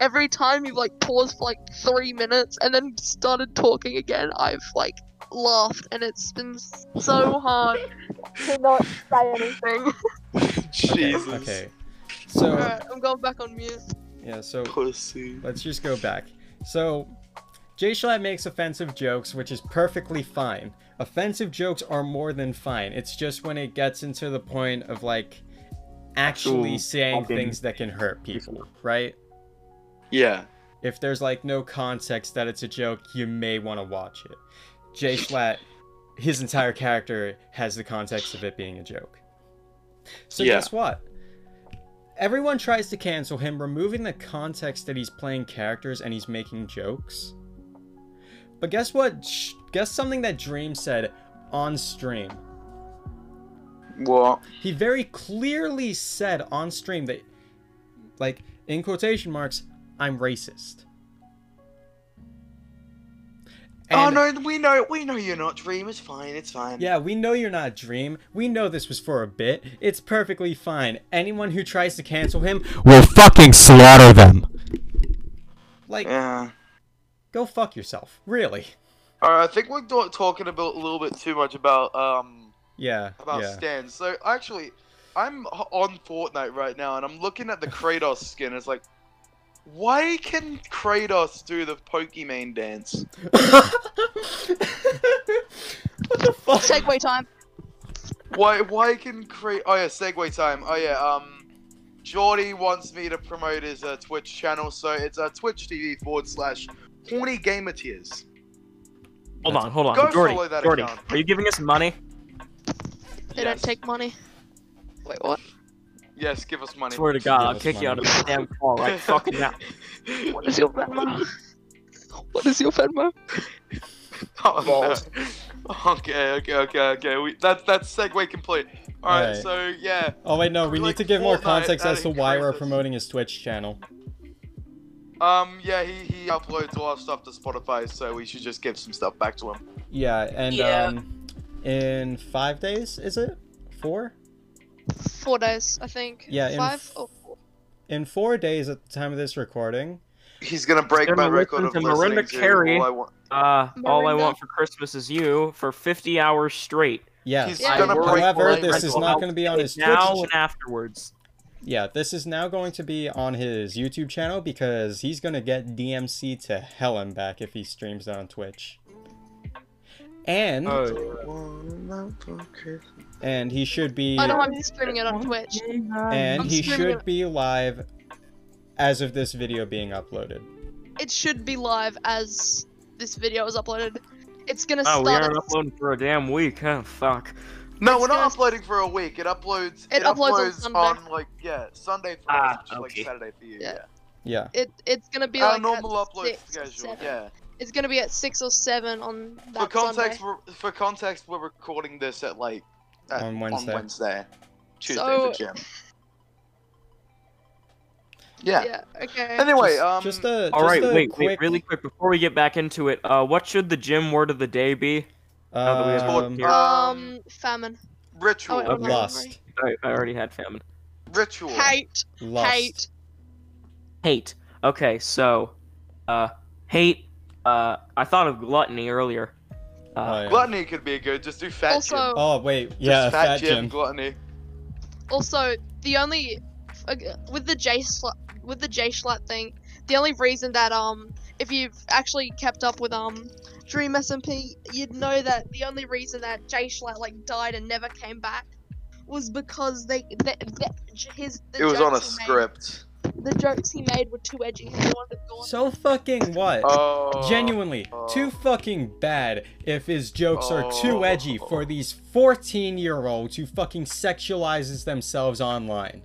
Speaker 4: every time you like paused for like three minutes and then started talking again, I've like laughed and it's been so hard to not say anything.
Speaker 1: Jesus.
Speaker 2: Okay. So
Speaker 4: Alright, I'm going back on mute.
Speaker 2: yeah, so
Speaker 1: Pussy.
Speaker 2: let's just go back. So Jay Schlatt makes offensive jokes, which is perfectly fine. Offensive jokes are more than fine. It's just when it gets into the point of like actually
Speaker 3: Actual
Speaker 2: saying
Speaker 3: fucking-
Speaker 2: things that can hurt people, right?
Speaker 1: Yeah.
Speaker 2: If there's like no context that it's a joke, you may want to watch it. Jay Schlatt, his entire character has the context of it being a joke. So
Speaker 1: Yeah.
Speaker 2: guess what? Everyone tries to cancel him, removing the context that he's playing characters and he's making jokes. But guess what? Sh- Guess something that Dream said on stream.
Speaker 1: What?
Speaker 2: He very clearly said on stream that, like, in quotation marks, I'm racist.
Speaker 1: Oh
Speaker 2: And-
Speaker 1: no, we know, we know you're not Dream. It's fine. It's fine.
Speaker 2: Yeah, we know you're not Dream. We know this was for a bit. It's perfectly fine. Anyone who tries to cancel him will fucking slaughter them. Like,
Speaker 1: Yeah.
Speaker 2: go fuck yourself. Really.
Speaker 1: All right. I think we're do- talking about a little bit too much about um
Speaker 2: Yeah.
Speaker 1: about
Speaker 2: yeah.
Speaker 1: stands. So actually, I'm h- on Fortnite right now, and I'm looking at the Kratos skin. It's like, why can Kratos do the Pokemon dance?
Speaker 2: what the fuck?
Speaker 4: Segway time.
Speaker 1: Why? Why can Kratos? Oh yeah, segue time. Oh yeah. Um, Jordy wants me to promote his uh, Twitch channel, so it's uh, Twitch TV forward slash horny gamer tears.
Speaker 3: Hold on, hold on.
Speaker 1: Go
Speaker 3: Jordy,
Speaker 1: follow that
Speaker 3: Jordy,
Speaker 1: account.
Speaker 3: are you giving us money?
Speaker 4: They don't take money. Wait, what?
Speaker 1: Yes, give us money.
Speaker 3: Swear to God,
Speaker 2: Give
Speaker 3: I'll
Speaker 2: us
Speaker 3: kick you out of
Speaker 2: money.
Speaker 3: this damn call right fucking now.
Speaker 4: What is your Venmo? What is your Venmo?
Speaker 1: Oh,
Speaker 3: Balls.
Speaker 1: no. Okay, okay, okay, okay. We, that that's segue complete. All right,
Speaker 2: Alright.
Speaker 1: so yeah,
Speaker 2: Oh, wait, no, we
Speaker 1: Like
Speaker 2: need to give more
Speaker 1: Fortnite
Speaker 2: context as to
Speaker 1: adding
Speaker 2: why we're
Speaker 1: Kratos.
Speaker 2: promoting his Twitch channel.
Speaker 1: um, yeah, he he uploads all our stuff to Spotify, so we should just give some stuff back to him.
Speaker 2: Yeah, and
Speaker 4: Yeah.
Speaker 2: um, in five days, is it? Four?
Speaker 4: Four days, I think.
Speaker 2: Yeah, in
Speaker 4: Five
Speaker 2: f-
Speaker 4: or four.
Speaker 2: In four days at the time of this recording.
Speaker 1: He's gonna break
Speaker 3: gonna
Speaker 1: my
Speaker 3: listen
Speaker 1: record of
Speaker 3: to
Speaker 1: listening
Speaker 3: Mariah
Speaker 1: to
Speaker 3: Carey.
Speaker 1: all I want.
Speaker 3: Uh, all I
Speaker 4: Miranda?
Speaker 3: want for Christmas is you for 50 hours straight.
Speaker 2: Yes.
Speaker 1: He's
Speaker 4: Yeah.
Speaker 1: gonna
Speaker 4: I
Speaker 1: break
Speaker 2: However,
Speaker 1: my
Speaker 2: this is
Speaker 1: record.
Speaker 2: not going to be on his Twitch.
Speaker 3: now
Speaker 2: ch-
Speaker 3: and afterwards.
Speaker 2: Yeah, this is now going to be on his YouTube channel because he's going to get DMC to hell and back if he streams it on Twitch. And and he should be
Speaker 4: I know I'm streaming it on Twitch.
Speaker 2: and
Speaker 4: I'm
Speaker 2: he
Speaker 4: streaming
Speaker 2: should
Speaker 4: it.
Speaker 2: be live as of this video being uploaded.
Speaker 4: It should be live as this video is uploaded. It's gonna
Speaker 3: Oh, we
Speaker 4: start.
Speaker 3: aren't
Speaker 4: at-
Speaker 3: uploading for a damn week, huh? Fuck.
Speaker 1: No,
Speaker 4: It's
Speaker 1: we're
Speaker 4: gonna-
Speaker 1: not uploading for a week. It uploads.
Speaker 4: It uploads on Sunday.
Speaker 1: like yeah, Sunday for us,
Speaker 3: Ah,
Speaker 1: which is
Speaker 3: okay.
Speaker 1: like Saturday for you.
Speaker 4: Yeah.
Speaker 1: Yeah,
Speaker 2: Yeah.
Speaker 4: It it's gonna be
Speaker 1: our
Speaker 4: like
Speaker 1: normal
Speaker 4: at
Speaker 1: upload
Speaker 4: six or
Speaker 1: schedule.
Speaker 4: seven.
Speaker 1: Yeah.
Speaker 4: It's gonna be at six or seven on that
Speaker 1: For context,
Speaker 4: Sunday.
Speaker 1: we're, for context, we're recording this at like uh,
Speaker 2: On Wednesday.
Speaker 1: on Wednesday, Tuesday
Speaker 4: So-
Speaker 1: for Jim. Yeah.
Speaker 4: Yeah. Okay.
Speaker 1: Anyway,
Speaker 2: just,
Speaker 1: um,
Speaker 2: just a
Speaker 3: All right,
Speaker 2: just a
Speaker 3: wait, wait,
Speaker 2: quick,
Speaker 3: really quick before we get back into it. Uh, what should the gym word of the day be? that we have
Speaker 1: Lord-
Speaker 2: um,
Speaker 3: here.
Speaker 4: um, famine,
Speaker 1: ritual.
Speaker 4: Oh,
Speaker 3: okay.
Speaker 2: lust,
Speaker 3: I, I already had famine.
Speaker 1: Ritual.
Speaker 4: hate,
Speaker 2: lust.
Speaker 4: hate.
Speaker 3: Hate. Okay, so, uh, hate. Uh, I thought of gluttony earlier.
Speaker 2: Oh,
Speaker 3: Uh,
Speaker 2: yeah.
Speaker 1: Gluttony could be good. Just do fat Jim.
Speaker 4: Also,
Speaker 2: Oh, wait,
Speaker 1: Just
Speaker 2: yeah,
Speaker 1: fat,
Speaker 2: fat
Speaker 1: Jim.
Speaker 2: Jim.
Speaker 1: Gluttony.
Speaker 4: also the only okay, with the J slut with the J slut thing. The only reason that um, if you've actually kept up with um, Dream SMP, you'd know that the only reason that J slut like died and never came back was because they, they, they his the
Speaker 1: It was on a
Speaker 4: jokes he made-
Speaker 1: script.
Speaker 4: the jokes he made were too edgy. He wanted gone.
Speaker 2: So fucking what?
Speaker 1: Oh.
Speaker 2: Genuinely, too
Speaker 1: oh.
Speaker 2: fucking bad if his jokes are too
Speaker 1: Oh.
Speaker 2: edgy for these 14 year olds who fucking sexualizes themselves online.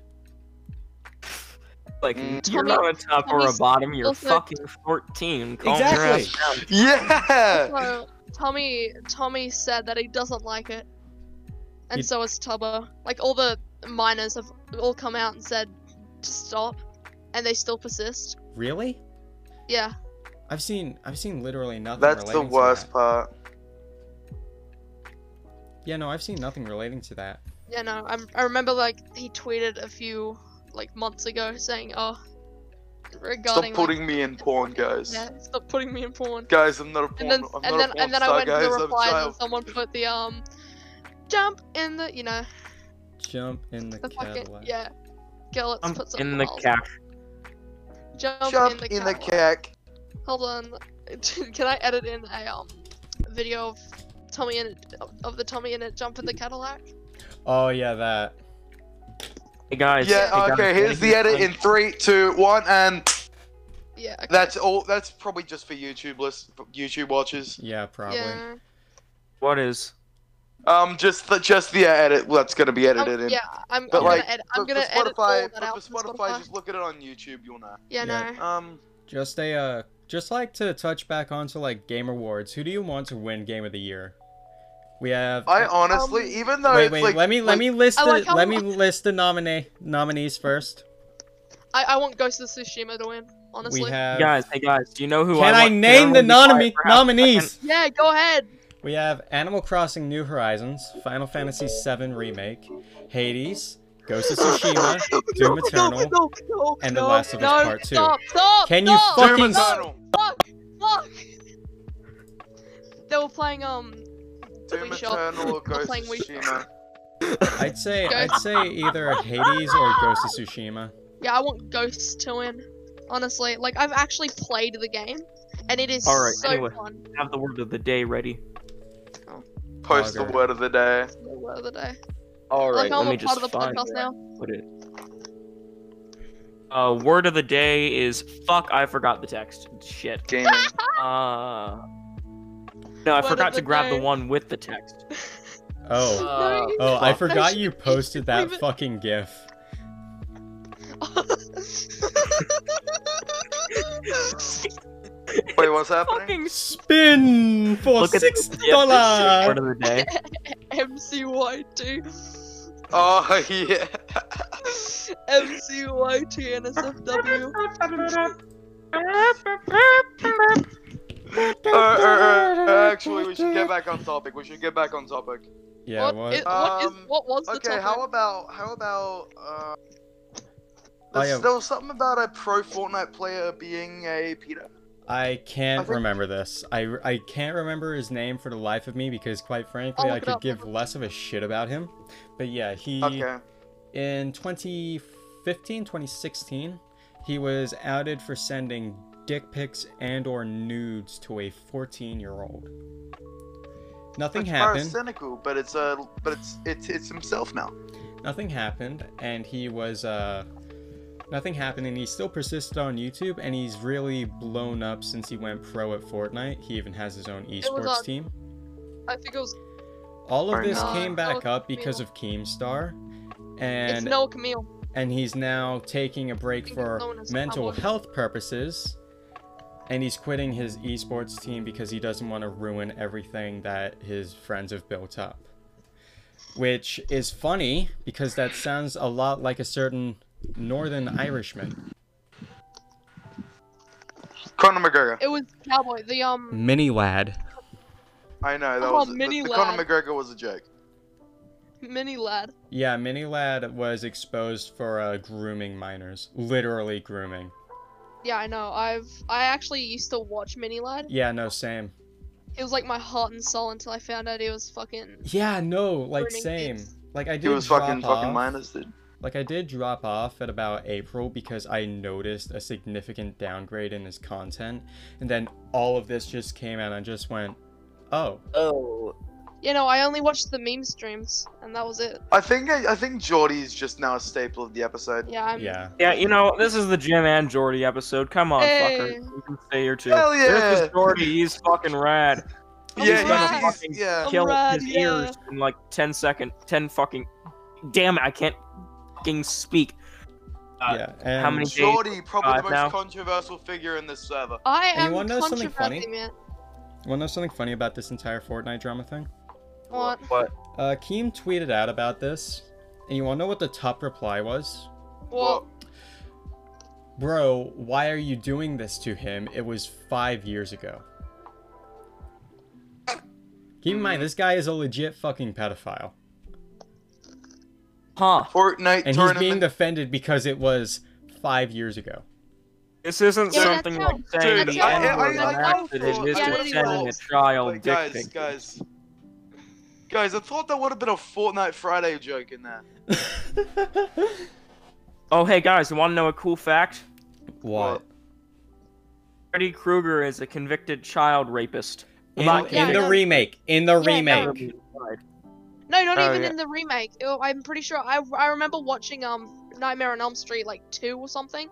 Speaker 3: like
Speaker 1: Mm.
Speaker 3: you're not on top or a bottom. You're
Speaker 4: also-
Speaker 3: fucking 14. Calm your
Speaker 2: Exactly.
Speaker 3: ass down.
Speaker 1: Yeah.
Speaker 4: So Tommy Tommy said that he doesn't like it, and
Speaker 2: You-
Speaker 4: so has Tubbo. Like all the miners have all come out and said to stop, and they still persist.
Speaker 2: Really?
Speaker 4: Yeah,
Speaker 2: I've seen I've seen literally nothing
Speaker 1: That's the
Speaker 2: relating
Speaker 1: worst
Speaker 2: to
Speaker 1: part.
Speaker 2: that. Yeah, no, I've seen nothing relating to that.
Speaker 4: yeah. No, I'm, I remember like he tweeted a few like months ago saying, "Oh,
Speaker 1: Stop
Speaker 4: regarding. like,
Speaker 1: putting me in porn, guys.
Speaker 4: yeah, stop putting me in porn.
Speaker 1: Guys, I'm not a porn.
Speaker 4: and then
Speaker 1: I'm not
Speaker 4: and then
Speaker 1: a porn
Speaker 4: and then I
Speaker 1: star,
Speaker 4: went
Speaker 1: guys.
Speaker 4: to the replies
Speaker 1: I'm a
Speaker 4: and someone put the um jump in the you know
Speaker 2: Jump in the,
Speaker 4: the
Speaker 2: Cadillac.
Speaker 4: fucking yeah. Girl, let's put something
Speaker 3: in the
Speaker 4: else.
Speaker 3: cat.
Speaker 4: Jump,
Speaker 1: child. Jump
Speaker 4: in the cat.
Speaker 1: cack.
Speaker 4: Hold on, can I edit in a um video of Tommy in it, of- of the Tommy in it jump in the Cadillac?
Speaker 2: Oh yeah, that.
Speaker 3: Hey guys. hey
Speaker 1: Yeah.
Speaker 3: guys,
Speaker 1: Okay. Here's the edit in three, two, one, and
Speaker 4: Yeah. okay.
Speaker 1: that's all. That's probably just for YouTube list, YouTube watchers.
Speaker 2: Yeah, probably.
Speaker 4: Yeah.
Speaker 3: What is?
Speaker 1: Um, just the just the edit that's gonna be
Speaker 4: I'm-
Speaker 1: edited in.
Speaker 4: yeah, I'm,
Speaker 1: But
Speaker 4: I'm
Speaker 1: like,
Speaker 4: gonna edit. I'm
Speaker 1: But
Speaker 4: gonna
Speaker 1: for
Speaker 4: edit all
Speaker 1: Spotify,
Speaker 4: that
Speaker 1: but
Speaker 4: out.
Speaker 1: for
Speaker 4: from
Speaker 1: Spotify,
Speaker 4: Spotify.
Speaker 1: just look at it on YouTube. You'll know.
Speaker 4: Yeah,
Speaker 2: Yeah.
Speaker 4: no.
Speaker 1: Um,
Speaker 2: Just a uh, just like to touch back onto like game awards. Who do you want to win game of the year? We have.
Speaker 1: I honestly,
Speaker 4: Um,
Speaker 1: even though
Speaker 2: wait,
Speaker 1: it's
Speaker 2: wait.
Speaker 1: like,
Speaker 2: let me
Speaker 1: like-
Speaker 2: let me list
Speaker 4: I
Speaker 2: the
Speaker 4: like how-
Speaker 2: let me list the nominee nominees first.
Speaker 4: I, I want Ghost of Tsushima to win. Honestly.
Speaker 2: we have.
Speaker 3: guys, hey guys, do you know who
Speaker 2: Uh, can
Speaker 3: I,
Speaker 2: I,
Speaker 3: want?
Speaker 2: name the
Speaker 3: Everyone
Speaker 2: nominee
Speaker 3: be quiet for half a second.
Speaker 2: nominees?
Speaker 4: Yeah, go ahead.
Speaker 2: We have Animal Crossing: New Horizons, Final Fantasy VII Remake, Hades, Ghost of Tsushima, Doom Eternal.
Speaker 4: no, no,
Speaker 2: and The
Speaker 4: no,
Speaker 2: Last of Us
Speaker 4: no,
Speaker 2: Part Two.
Speaker 4: Stop, stop,
Speaker 2: Can you
Speaker 4: stop,
Speaker 1: Doom
Speaker 2: fucking
Speaker 1: Eternal.
Speaker 4: Fuck, fuck. They were playing um.
Speaker 1: Doom
Speaker 4: We shall-
Speaker 1: Eternal or
Speaker 4: we're
Speaker 1: Ghost of
Speaker 4: playing we-
Speaker 1: Tsushima.
Speaker 2: I'd say
Speaker 4: Go.
Speaker 2: I'd say either Hades or Ghost of Tsushima.
Speaker 4: Yeah, I want Ghosts to win. Honestly, like I've actually played the game, and it is
Speaker 3: All right,
Speaker 4: so
Speaker 3: anyway.
Speaker 4: fun.
Speaker 3: Have the word of the day ready.
Speaker 1: Post the
Speaker 2: Bugger.
Speaker 1: word of the day.
Speaker 4: It's the word of the day.
Speaker 3: All
Speaker 4: like
Speaker 3: let
Speaker 4: I'm a
Speaker 3: me
Speaker 4: part
Speaker 3: just
Speaker 4: of the
Speaker 3: find
Speaker 4: podcast now.
Speaker 3: what it. Uh, word of the day is fuck. I forgot the text. Shit.
Speaker 1: Gaming.
Speaker 3: Uh. No, I
Speaker 4: Word of
Speaker 3: forgot
Speaker 4: the
Speaker 3: to grab the
Speaker 4: day.
Speaker 3: one with the text.
Speaker 2: Oh.
Speaker 3: Uh,
Speaker 4: No, you-
Speaker 2: Oh, I
Speaker 4: Fuck.
Speaker 2: forgot you posted that
Speaker 4: Uh-huh. Leave it.
Speaker 2: fucking gif.
Speaker 1: Wait, what's happening?
Speaker 3: Fucking
Speaker 2: Spin for
Speaker 3: Look at the-
Speaker 2: six
Speaker 3: yeah,
Speaker 2: dollars.
Speaker 3: word of the day.
Speaker 4: MCYT.
Speaker 1: Oh yeah.
Speaker 4: MCYT and SFW.
Speaker 1: Uh, uh, uh, actually, we should get back on topic. We should get back on topic.
Speaker 2: Yeah,
Speaker 4: what?
Speaker 2: what?
Speaker 4: Is, what, is,
Speaker 1: Um,
Speaker 4: what was the
Speaker 1: Okay,
Speaker 4: topic?
Speaker 1: how about how about uh,
Speaker 2: I
Speaker 1: there's-
Speaker 2: am-
Speaker 1: there was something about a pro Fortnite player being a pedo.
Speaker 2: I
Speaker 1: I
Speaker 2: can't
Speaker 1: think-
Speaker 2: remember this. I I can't remember his name for the life of me because, quite frankly,
Speaker 4: I'll
Speaker 2: I
Speaker 4: look it
Speaker 2: could
Speaker 4: up.
Speaker 2: give less of a shit about him. But yeah, he
Speaker 1: Okay.
Speaker 2: in 2015, 2016, he was outed for sending dick pics and or nudes to a 14-year-old. Nothing
Speaker 1: Which part is
Speaker 2: happened.
Speaker 1: cynical, but it's uh, but it's it's it's himself now.
Speaker 2: nothing happened and he was uh nothing happened and he still persisted on youtube and he's really blown up since he went pro at fortnite he even has his own
Speaker 4: was
Speaker 2: esports
Speaker 4: on-
Speaker 2: team
Speaker 4: I think it was.
Speaker 2: all of
Speaker 1: Or
Speaker 2: this
Speaker 1: not.
Speaker 2: came back
Speaker 4: Oh,
Speaker 2: up because of keemstar
Speaker 4: It's
Speaker 2: and
Speaker 4: Noah Camille.
Speaker 2: and he's now taking a break
Speaker 4: Think
Speaker 2: for
Speaker 4: it's known as
Speaker 2: mental
Speaker 4: Cowboy.
Speaker 2: health purposes and he's quitting his esports team because he doesn't want to ruin everything that his friends have built up which is funny because that sounds a lot like a certain northern irishman
Speaker 1: Conor McGregor.
Speaker 4: It was Cowboy. The um.
Speaker 2: mini lad
Speaker 1: I know that
Speaker 4: Oh,
Speaker 1: was
Speaker 4: mini
Speaker 1: the, the Conor
Speaker 4: lad.
Speaker 1: McGregor was a joke.
Speaker 3: Mm.
Speaker 4: Mini lad.
Speaker 2: yeah mini lad was exposed for uh, grooming minors literally grooming
Speaker 4: Yeah, I know. I've I actually used to watch Mini Lad.
Speaker 2: yeah no same
Speaker 4: It was like my heart and soul until I found out he was fucking.
Speaker 2: yeah no like
Speaker 4: Burning
Speaker 2: same
Speaker 4: kids.
Speaker 2: like i did
Speaker 1: He was fucking
Speaker 2: drop
Speaker 1: fucking
Speaker 2: off.
Speaker 1: minus, dude.
Speaker 2: Like I did drop off at about April because I noticed a significant downgrade in his content, and then all of this just came out and I just went, "Oh,
Speaker 3: Oh.
Speaker 4: You know, I only watched the meme streams, and that was it.
Speaker 1: I think I, I think Geordie is just now a staple of the episode.
Speaker 4: Yeah, I'm.
Speaker 2: yeah,
Speaker 3: Yeah, you know, this is the Jim and Jordy episode. Come on,
Speaker 4: Hey.
Speaker 3: fucker. You can stay here too.
Speaker 1: Hell
Speaker 3: This
Speaker 1: yeah.
Speaker 3: is Jordy. He's fucking rad.
Speaker 1: Yeah,
Speaker 4: He's
Speaker 1: he's,
Speaker 4: gonna
Speaker 1: he's-
Speaker 3: fucking
Speaker 1: yeah.
Speaker 3: Kill
Speaker 4: rad,
Speaker 3: his
Speaker 4: yeah.
Speaker 3: ears in like 10 second, 10 fucking. Damn it, I can't fucking speak. Uh,
Speaker 2: yeah." And
Speaker 3: how many-
Speaker 1: Geordie, probably the
Speaker 3: Five
Speaker 1: most
Speaker 3: now.
Speaker 1: controversial figure in this server.
Speaker 4: I
Speaker 2: And you
Speaker 4: am
Speaker 2: wanna know something
Speaker 4: controversy
Speaker 2: funny?
Speaker 4: man.
Speaker 2: wanna know something funny about this entire Fortnite drama thing?
Speaker 4: What?
Speaker 3: But
Speaker 2: Uh, Keem tweeted out about this, and you wanna know what the top reply was?
Speaker 4: What?
Speaker 2: Bro, why are you doing this to him? It was five years ago. Keep in mind, this guy is a legit fucking pedophile.
Speaker 3: Huh.
Speaker 1: Fortnite
Speaker 2: and he's
Speaker 1: tournament.
Speaker 2: being defended because it was five years ago.
Speaker 3: This isn't
Speaker 4: Yeah,
Speaker 3: something
Speaker 4: that's
Speaker 3: like
Speaker 4: how-
Speaker 3: saying
Speaker 1: Dude,
Speaker 3: the
Speaker 4: I-
Speaker 3: N
Speaker 4: I-
Speaker 3: word
Speaker 4: I- I-
Speaker 3: enacted
Speaker 1: I-
Speaker 3: it is
Speaker 4: yeah,
Speaker 3: just
Speaker 4: it is.
Speaker 3: sending a trial
Speaker 1: Like,
Speaker 3: dick
Speaker 1: guys,
Speaker 3: pic.
Speaker 1: guys, guys, I thought there would have been a Fortnite Friday joke in there.
Speaker 3: Oh hey guys, you want to know a cool fact?
Speaker 2: what?
Speaker 3: Freddy Krueger is a convicted child rapist.
Speaker 2: In,
Speaker 3: Not
Speaker 2: in the
Speaker 4: Yeah.
Speaker 2: remake. In the
Speaker 4: Yeah, no.
Speaker 2: remake.
Speaker 4: No, not
Speaker 3: Oh,
Speaker 4: even
Speaker 3: yeah.
Speaker 4: in the remake. Oh, I'm pretty sure. I, I remember watching um Nightmare on Elm Street like two or something.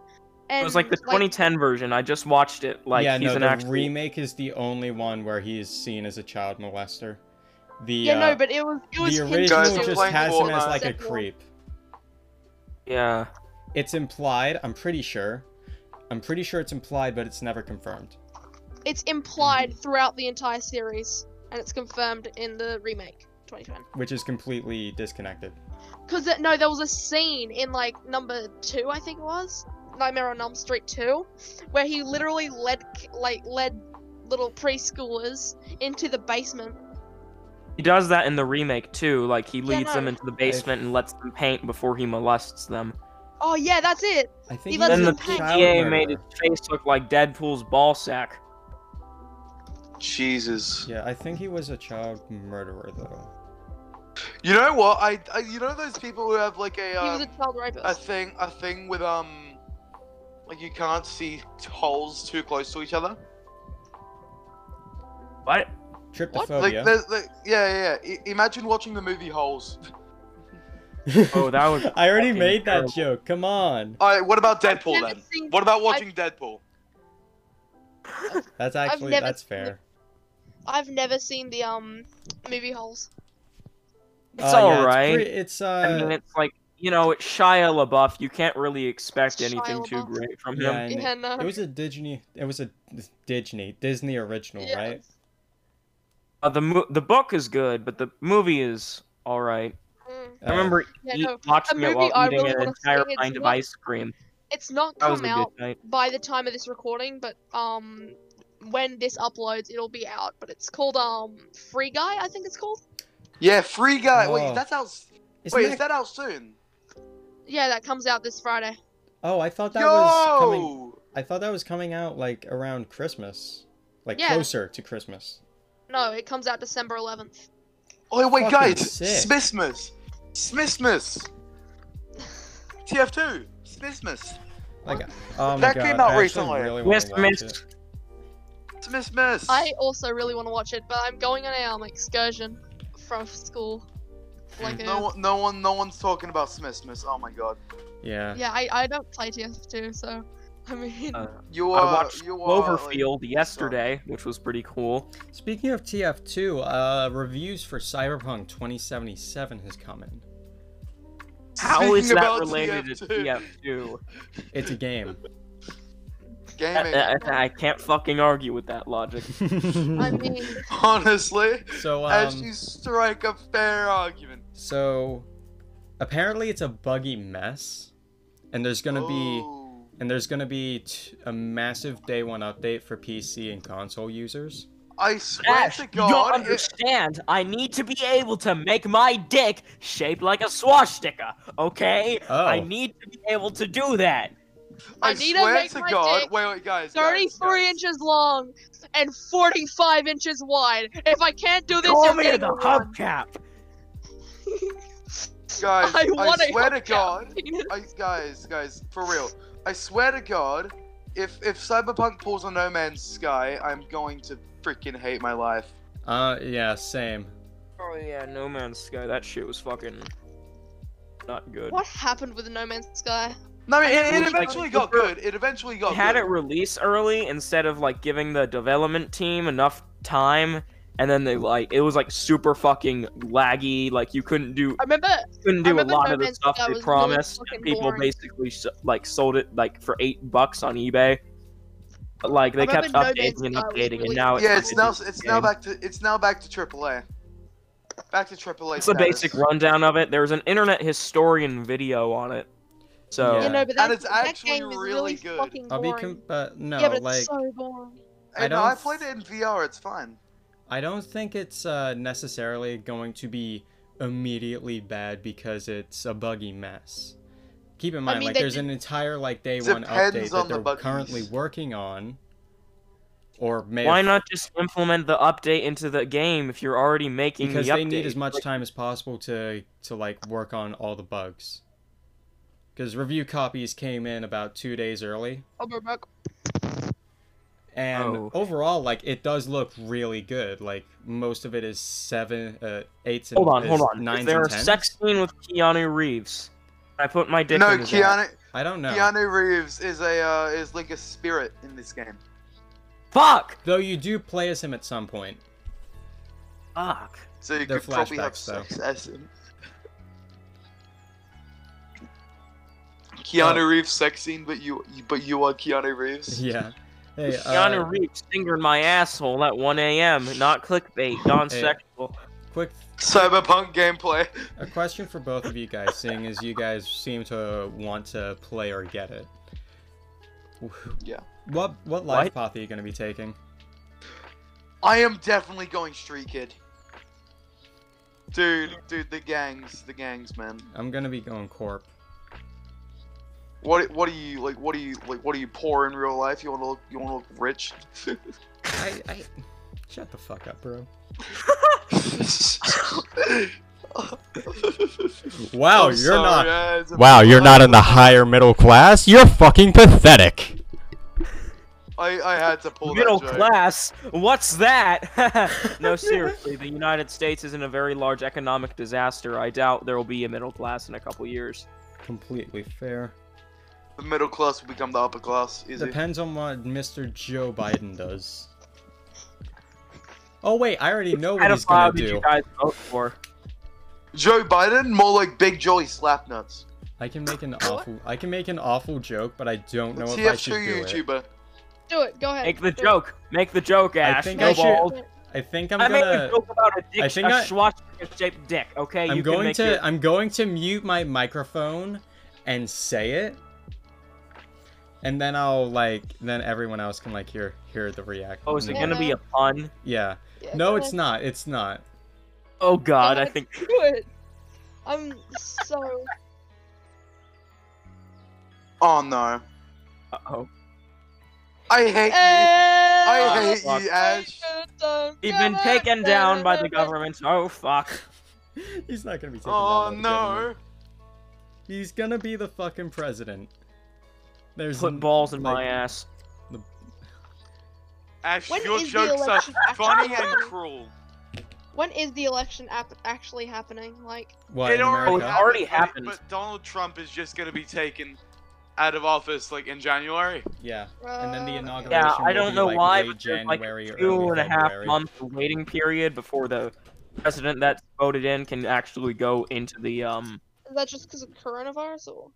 Speaker 4: And
Speaker 3: It was like the 2010 version. I just watched it. Like
Speaker 2: yeah,
Speaker 3: he's
Speaker 2: no,
Speaker 3: an
Speaker 2: the
Speaker 3: actual.
Speaker 2: remake is the only one where he is seen as a child molester. The
Speaker 4: Yeah,
Speaker 2: uh,
Speaker 4: no, but it was it was
Speaker 2: the
Speaker 4: hinted
Speaker 1: Guys,
Speaker 2: original
Speaker 1: I'm
Speaker 4: towards-
Speaker 2: just
Speaker 1: playing
Speaker 2: has him as
Speaker 1: Fortnite.
Speaker 2: like a
Speaker 4: Except for-
Speaker 2: creep.
Speaker 3: yeah.
Speaker 2: It's implied. I'm pretty sure. I'm pretty sure it's implied, but it's never confirmed.
Speaker 4: it's implied throughout the entire series, and it's confirmed in the remake 2010.
Speaker 2: Which is completely disconnected.
Speaker 4: Because no, there was a scene in like number two, I think it was Nightmare on Elm Street two, where he literally led k- like led little preschoolers into the basement.
Speaker 3: He does that in the remake too. Like he
Speaker 4: Yeah,
Speaker 3: leads
Speaker 4: no.
Speaker 3: them into the basement and lets them paint before he molests them.
Speaker 4: Oh yeah, that's it.
Speaker 2: I think
Speaker 4: He
Speaker 2: he's
Speaker 4: lets
Speaker 2: a
Speaker 3: Then the
Speaker 4: them paint.
Speaker 2: child
Speaker 3: PTA made his
Speaker 2: murderer.
Speaker 3: face look like Deadpool's ball sack.
Speaker 1: Jesus.
Speaker 2: Yeah, I think he was a child murderer though.
Speaker 1: You know what? I, I you know those people who have like a
Speaker 4: He
Speaker 1: um,
Speaker 4: was a child
Speaker 1: a
Speaker 4: rapist.
Speaker 1: thing a thing with um like you can't see holes too close to each other.
Speaker 3: What?
Speaker 1: Like,
Speaker 2: Tryptophobia.
Speaker 1: there's, like yeah, yeah, yeah. I- imagine watching the movie Holes.
Speaker 3: Oh, that was
Speaker 2: I already
Speaker 3: fucking
Speaker 2: made that
Speaker 3: terrible.
Speaker 2: joke. Come on.
Speaker 1: All right, what about
Speaker 4: I've
Speaker 1: Deadpool
Speaker 4: never
Speaker 1: then?
Speaker 4: seen-
Speaker 1: What about watching Deadpool?
Speaker 2: That's actually
Speaker 4: never
Speaker 2: that's
Speaker 4: seen the-
Speaker 2: fair.
Speaker 4: I've never seen the um movie holes.
Speaker 3: It's
Speaker 2: Uh, yeah,
Speaker 3: all right.
Speaker 2: It's, pretty- it's, uh
Speaker 3: I mean, it's like you know, it's Shia LaBeouf. You can't really expect
Speaker 4: Shia
Speaker 3: anything too
Speaker 4: LaBeouf.
Speaker 3: great from
Speaker 2: yeah,
Speaker 3: him.
Speaker 2: and
Speaker 4: Yeah, no.
Speaker 2: it was a Disney it was a Disney Disney original,
Speaker 4: Yeah.
Speaker 2: right?
Speaker 3: Uh, the mo- the book is good, but the movie is all right.
Speaker 4: Mm.
Speaker 2: Uh,
Speaker 3: I remember
Speaker 4: Yeah,
Speaker 3: eat-
Speaker 4: no,
Speaker 3: watching
Speaker 4: a
Speaker 3: it while
Speaker 4: movie I
Speaker 3: eating
Speaker 4: really
Speaker 3: an
Speaker 4: wanna
Speaker 3: entire
Speaker 4: see, it's
Speaker 3: pint of
Speaker 4: not-
Speaker 3: ice cream.
Speaker 4: It's not
Speaker 3: That was a
Speaker 4: come out
Speaker 3: good night.
Speaker 4: by the time of this recording, but um, when this uploads, it'll be out. But it's called um Free Guy, I think it's called.
Speaker 1: Yeah, Free Guy.
Speaker 2: Oh.
Speaker 1: Wait, that's out. s-
Speaker 2: isn't
Speaker 1: Wait,
Speaker 2: that-
Speaker 1: is that out soon?
Speaker 4: Yeah, that comes out this Friday.
Speaker 2: Oh, I thought that
Speaker 1: Yo.
Speaker 2: was coming I thought that was coming out like around Christmas, like
Speaker 4: Yeah.
Speaker 2: closer to Christmas.
Speaker 4: No, it comes out December 11th.
Speaker 1: Oh wait,
Speaker 2: Fucking
Speaker 1: guys,
Speaker 2: sick.
Speaker 1: Smithmas, Smithmas, TF2, Smithmas,
Speaker 2: Like, oh my
Speaker 1: That
Speaker 2: god,
Speaker 1: came out
Speaker 2: I actually
Speaker 1: recently.
Speaker 2: Really wanna
Speaker 3: Miss,
Speaker 2: watch it.
Speaker 3: miss.
Speaker 1: Smithmas.
Speaker 4: I also really want to watch it, but I'm going on a um excursion from school. Like
Speaker 1: No
Speaker 4: a,
Speaker 1: one, no one, no one's talking about Smithmas. Oh my god,
Speaker 2: Yeah.
Speaker 4: yeah, I, I don't play TF2, so I mean,
Speaker 3: Uh,
Speaker 1: you
Speaker 3: I
Speaker 1: are.
Speaker 3: watched
Speaker 1: you are, like-
Speaker 3: Cloverfield yesterday, which was pretty cool.
Speaker 2: Speaking of TF2, uh, reviews for Cyberpunk 2077 has come in.
Speaker 3: How is
Speaker 1: Speaking
Speaker 3: that
Speaker 1: about
Speaker 3: related to
Speaker 1: TF2.
Speaker 3: TF2?
Speaker 2: It's a game.
Speaker 1: Gaming.
Speaker 3: I, I, I can't fucking argue with that logic.
Speaker 4: I mean,
Speaker 1: Honestly,
Speaker 2: so
Speaker 1: as you
Speaker 2: um,
Speaker 1: strike a fair argument.
Speaker 2: so apparently it's a buggy mess, and there's gonna be
Speaker 1: Oh.
Speaker 2: and there's gonna be t- a massive day one update for PC and console users.
Speaker 1: I swear
Speaker 3: Ash,
Speaker 1: to
Speaker 3: you don't
Speaker 1: God, if,
Speaker 3: understand. I need to be able to make my dick shaped like a swastika, okay?
Speaker 2: Oh.
Speaker 3: I need to be able to do that.
Speaker 1: I,
Speaker 4: I need to
Speaker 1: swear
Speaker 4: make
Speaker 1: to
Speaker 4: my
Speaker 1: God,
Speaker 4: dick
Speaker 1: wait, wait, guys, guys,
Speaker 4: 33
Speaker 1: guys.
Speaker 4: inches long and 45 inches wide. If I can't do this,
Speaker 3: Call
Speaker 4: you're
Speaker 3: me to
Speaker 4: getting
Speaker 3: the
Speaker 4: a one.
Speaker 3: hubcap.
Speaker 1: Guys,
Speaker 4: I
Speaker 1: I,
Speaker 4: want a
Speaker 1: swear to
Speaker 4: hubcap.
Speaker 1: God, I, guys, guys, for real, I swear to God, if if Cyberpunk pulls on No Man's Sky, I'm going to freaking hate my life.
Speaker 2: Uh, yeah, same.
Speaker 3: Oh yeah, No Man's Sky. That shit was fucking not good.
Speaker 4: What happened with No Man's Sky?
Speaker 1: No, I mean, it, it
Speaker 3: Like,
Speaker 1: eventually got good. It eventually
Speaker 3: They
Speaker 1: got
Speaker 3: had
Speaker 1: good.
Speaker 3: it release early instead of like giving the development team enough time, and then they like it was like super fucking laggy. Like you couldn't do
Speaker 4: I remember
Speaker 3: couldn't do
Speaker 4: I
Speaker 3: a
Speaker 4: remember
Speaker 3: lot
Speaker 4: No
Speaker 3: of the
Speaker 4: Man's
Speaker 3: stuff
Speaker 4: Sky
Speaker 3: they
Speaker 4: was really
Speaker 3: promised,
Speaker 4: fucking
Speaker 3: and people
Speaker 4: boring.
Speaker 3: basically s- like sold it like for eight bucks on eBay. But like
Speaker 4: I
Speaker 3: they kept
Speaker 4: remember No Man's
Speaker 3: updating and
Speaker 4: Sky was
Speaker 3: updating, and
Speaker 4: really
Speaker 3: now it's,
Speaker 1: yeah,
Speaker 3: like,
Speaker 1: it's
Speaker 3: a
Speaker 1: now
Speaker 3: dis-
Speaker 1: it's now
Speaker 3: game.
Speaker 1: back to it's now back to AAA. Back to AAA.
Speaker 3: That's the
Speaker 1: status.
Speaker 3: basic rundown of it. There's an internet historian video on it, so
Speaker 2: Yeah.
Speaker 4: you know, but that,
Speaker 1: And it's
Speaker 4: that
Speaker 1: actually
Speaker 4: game is
Speaker 1: really
Speaker 4: really
Speaker 1: good.
Speaker 4: fucking
Speaker 2: I'll be
Speaker 4: boring.
Speaker 2: com- but no,
Speaker 4: yeah, but it's
Speaker 2: like
Speaker 4: so boring.
Speaker 2: I
Speaker 1: And no,
Speaker 2: don't
Speaker 1: I played it in VR. It's fine.
Speaker 2: I don't think it's uh, necessarily going to be immediately bad because it's a buggy mess. keep in mind
Speaker 4: mean,
Speaker 2: like
Speaker 4: they
Speaker 2: there's
Speaker 4: did-
Speaker 2: an entire like day one
Speaker 1: Depends
Speaker 2: update
Speaker 1: on
Speaker 2: that
Speaker 1: the
Speaker 2: they're
Speaker 1: buggies.
Speaker 2: currently working on or may
Speaker 3: Why
Speaker 2: have-
Speaker 3: not just implement the update into the game if you're already making
Speaker 2: because
Speaker 3: the Mm, update?
Speaker 2: they need as much
Speaker 3: Like,
Speaker 2: time as possible to to like work on all the bugs because review copies came in about two days early
Speaker 4: I'll be back.
Speaker 2: and
Speaker 3: Oh.
Speaker 2: overall like it does look really good like most of it is seven uh eights and
Speaker 3: hold on, hold
Speaker 2: is
Speaker 3: on.
Speaker 2: nines
Speaker 3: Is there
Speaker 2: and
Speaker 3: a
Speaker 2: tens?
Speaker 3: sex scene with Keanu Reeves? I put my dick
Speaker 1: No,
Speaker 3: in his ass.
Speaker 1: Keanu
Speaker 2: i don't know
Speaker 1: Keanu Reeves is a uh, is like a spirit in this game.
Speaker 3: Fuck!
Speaker 2: though you do play as him at some point
Speaker 3: Fuck.
Speaker 1: So you
Speaker 2: They're
Speaker 1: could probably have
Speaker 2: flashbacks, though.
Speaker 1: sex as him.
Speaker 2: Uh,
Speaker 1: Keanu Reeves sex scene, but you, you but you are Keanu Reeves.
Speaker 2: yeah hey, uh,
Speaker 3: Keanu Reeves fingered my asshole at 1 a.m. Not clickbait, non-sexual.
Speaker 2: quick
Speaker 1: Cyberpunk gameplay.
Speaker 2: A question for both of you guys, seeing as you guys seem to want to play or get it.
Speaker 1: Yeah.
Speaker 2: What what life path are you going to be taking?
Speaker 1: I am definitely going street kid. Dude, dude, the gangs, the gangs, man.
Speaker 2: I'm going to be going corp.
Speaker 1: What what are you like? What are you like? What are you poor in real life? You want to look you want to look rich?
Speaker 2: I, I shut the fuck up, bro.
Speaker 1: I'm
Speaker 2: Wow, Oh, you're
Speaker 1: sorry,
Speaker 2: not.
Speaker 1: I had to-
Speaker 5: Wow, you're not in the
Speaker 1: I-
Speaker 5: higher middle class? You're fucking pathetic.
Speaker 1: I I had to pull
Speaker 3: Middle
Speaker 1: that joke.
Speaker 3: class? What's that? no, seriously, the United States is in a very large economic disaster. I doubt there will be a middle class in a couple years.
Speaker 2: Completely fair.
Speaker 1: The middle class will become the upper class. Easy.
Speaker 2: Depends on what Mr. Joe Biden does. Oh wait, I already know what
Speaker 3: Kind
Speaker 2: he's
Speaker 3: of cloud
Speaker 2: going to
Speaker 3: did you
Speaker 2: do.
Speaker 3: guys vote for?
Speaker 1: Joe Biden, more like Big Jolly Slapnuts.
Speaker 2: I can make an awful I can make an awful joke, but I don't know if I should do eh?
Speaker 1: TF2
Speaker 2: it.
Speaker 1: YouTuber.
Speaker 4: Do it. Go ahead.
Speaker 3: Make the
Speaker 4: Do it.
Speaker 3: joke. Make the joke, Ash.
Speaker 2: think
Speaker 3: no
Speaker 2: I should-
Speaker 3: balls.
Speaker 2: I think I'm
Speaker 3: I
Speaker 2: gonna
Speaker 3: made a joke about a dick,
Speaker 2: I think
Speaker 3: a
Speaker 2: I-
Speaker 3: Schwarzenegger-shaped dick. Okay,
Speaker 2: I'm
Speaker 3: you can
Speaker 2: going
Speaker 3: make
Speaker 2: to
Speaker 3: your-
Speaker 2: I'm going to mute my microphone and say it. And then I'll like then everyone else can like hear hear the reaction.
Speaker 3: Oh, is it
Speaker 4: Yeah.
Speaker 3: gonna be a pun?
Speaker 2: Yeah.
Speaker 4: Yeah,
Speaker 2: No,
Speaker 4: go
Speaker 2: it's
Speaker 4: ahead.
Speaker 2: not. It's not.
Speaker 3: Oh God, I
Speaker 4: ahead.
Speaker 3: think
Speaker 4: Do it. I'm so.
Speaker 1: Oh no.
Speaker 3: Uh-oh.
Speaker 1: I hate you. I
Speaker 4: I
Speaker 1: hate you, Ash.
Speaker 3: We've been taken down by the government. Oh fuck.
Speaker 2: He's not gonna be taken.
Speaker 1: Oh
Speaker 2: down by the
Speaker 1: no.
Speaker 2: government. He's gonna be the fucking president. There's
Speaker 3: Put
Speaker 2: n-
Speaker 3: balls in my
Speaker 2: like,
Speaker 3: ass.
Speaker 1: Ash,
Speaker 4: When
Speaker 1: your
Speaker 4: is the
Speaker 1: jokes are
Speaker 4: election?
Speaker 1: funny and cruel.
Speaker 4: When is the election ap- actually happening? Like,
Speaker 2: What, in
Speaker 3: already
Speaker 2: America?
Speaker 3: happened. already
Speaker 1: but-
Speaker 3: happened.
Speaker 1: But Donald Trump is just gonna be taken out of office like in January.
Speaker 2: Yeah. And then the
Speaker 4: uh,
Speaker 2: inauguration.
Speaker 3: Yeah, I
Speaker 2: will
Speaker 3: don't
Speaker 2: be,
Speaker 3: know
Speaker 2: like,
Speaker 3: why,
Speaker 2: late
Speaker 3: but there's like
Speaker 2: January
Speaker 3: a
Speaker 2: or
Speaker 3: two
Speaker 2: early
Speaker 3: and a half
Speaker 2: February.
Speaker 3: month waiting period before the president that's voted in can actually go into the um.
Speaker 4: Is that just because of coronavirus or?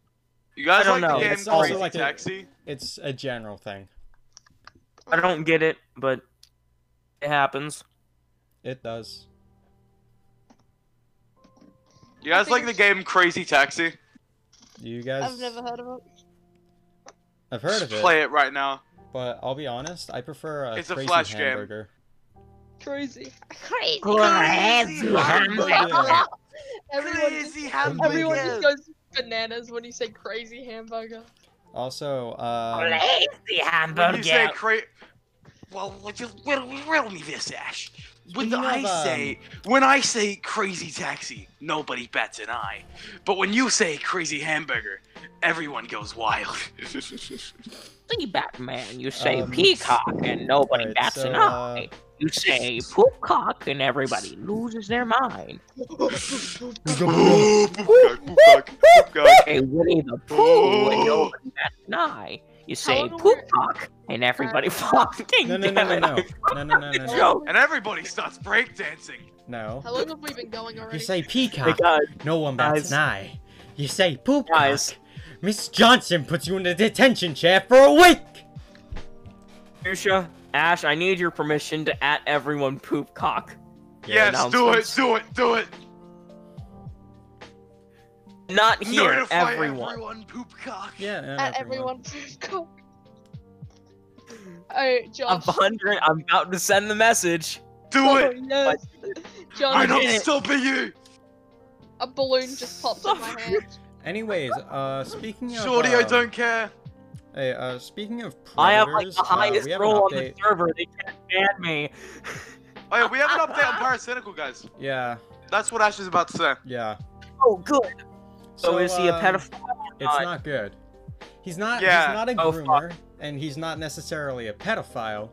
Speaker 1: You guys
Speaker 3: I don't
Speaker 1: like the
Speaker 3: know.
Speaker 1: game
Speaker 2: It's also
Speaker 1: Crazy
Speaker 2: like a-
Speaker 1: Taxi?
Speaker 2: It's a general thing.
Speaker 3: I
Speaker 4: um,
Speaker 3: don't get it, but it happens.
Speaker 2: It does.
Speaker 1: You guys like the game Crazy Taxi?
Speaker 2: You guys
Speaker 4: I've never heard of it.
Speaker 2: I've heard of
Speaker 1: Just
Speaker 2: it.
Speaker 1: Play it right now.
Speaker 2: But I'll be honest, I prefer a
Speaker 1: It's a
Speaker 2: crazy
Speaker 1: flash game.
Speaker 2: hamburger.
Speaker 4: Crazy. Crazy.
Speaker 1: Crazy
Speaker 2: hamburger.
Speaker 4: Everyone, just,
Speaker 2: hamburger.
Speaker 4: everyone just goes bananas when you say crazy hamburger.
Speaker 2: Also, uh,
Speaker 3: Lazy
Speaker 1: When you say
Speaker 3: hamburger.
Speaker 1: cra- well, well, just riddle, riddle me this, Ash. When
Speaker 2: Speaking
Speaker 1: I
Speaker 2: of, um,
Speaker 1: say when I say crazy taxi, nobody bats an eye. But when you say crazy hamburger, everyone goes wild.
Speaker 3: Batman, you say
Speaker 2: Um,
Speaker 3: peacock and nobody
Speaker 2: alright,
Speaker 3: bats
Speaker 2: so,
Speaker 3: an
Speaker 2: uh,
Speaker 3: eye. You say poopcock and everybody loses their mind. Hey, Winnie the Pooh and nobody bats an eye. You say
Speaker 4: long were-
Speaker 3: poopcock and everybody fucking
Speaker 2: no, no, no,
Speaker 3: damn
Speaker 2: no,
Speaker 3: it.
Speaker 2: no, no, no, no,
Speaker 3: It's
Speaker 2: no,
Speaker 3: joke.
Speaker 1: and everybody starts breakdancing.
Speaker 2: no.
Speaker 4: How long have we been going already?
Speaker 2: You say
Speaker 3: Hey,
Speaker 2: peacock,
Speaker 3: guys,
Speaker 2: no one bats
Speaker 3: guys.
Speaker 2: an eye. You say poop,
Speaker 3: Guys.
Speaker 2: Miss Johnson puts you in a detention chair for a week.
Speaker 3: Fuchsia, Ash, I need your permission to at everyone poopcock.
Speaker 1: yes, do it,
Speaker 3: announcements.
Speaker 1: do it, do it.
Speaker 3: Not here,
Speaker 1: Notify
Speaker 3: everyone.
Speaker 1: everyone poop cock.
Speaker 2: Yeah, and
Speaker 4: At everyone. Alright,
Speaker 3: I'm
Speaker 4: Josh.
Speaker 3: behind it. I'm about to send the message.
Speaker 1: Do
Speaker 4: Oh,
Speaker 1: it.
Speaker 4: yes. Josh,
Speaker 1: I'm
Speaker 3: did
Speaker 1: not
Speaker 3: it.
Speaker 1: stopping you.
Speaker 4: a balloon just popped in my hand.
Speaker 2: Anyways, uh, speaking of
Speaker 1: Shorty,
Speaker 2: uh,
Speaker 1: I don't care.
Speaker 2: Hey, uh, speaking of predators,
Speaker 3: I have like the
Speaker 2: uh,
Speaker 3: highest
Speaker 2: we have an
Speaker 3: role on the
Speaker 2: update.
Speaker 3: server. They can't ban me.
Speaker 1: Oh yeah, we have an update on Parasitical, guys.
Speaker 2: Yeah,
Speaker 1: That's what Ash is about to say.
Speaker 2: yeah.
Speaker 3: Oh, good. So,
Speaker 2: So,
Speaker 3: is he a
Speaker 2: um,
Speaker 3: pedophile?
Speaker 2: It's not good. He's not.
Speaker 1: Yeah.
Speaker 2: He's not a
Speaker 3: Oh, fuck.
Speaker 2: groomer, and he's not necessarily a pedophile.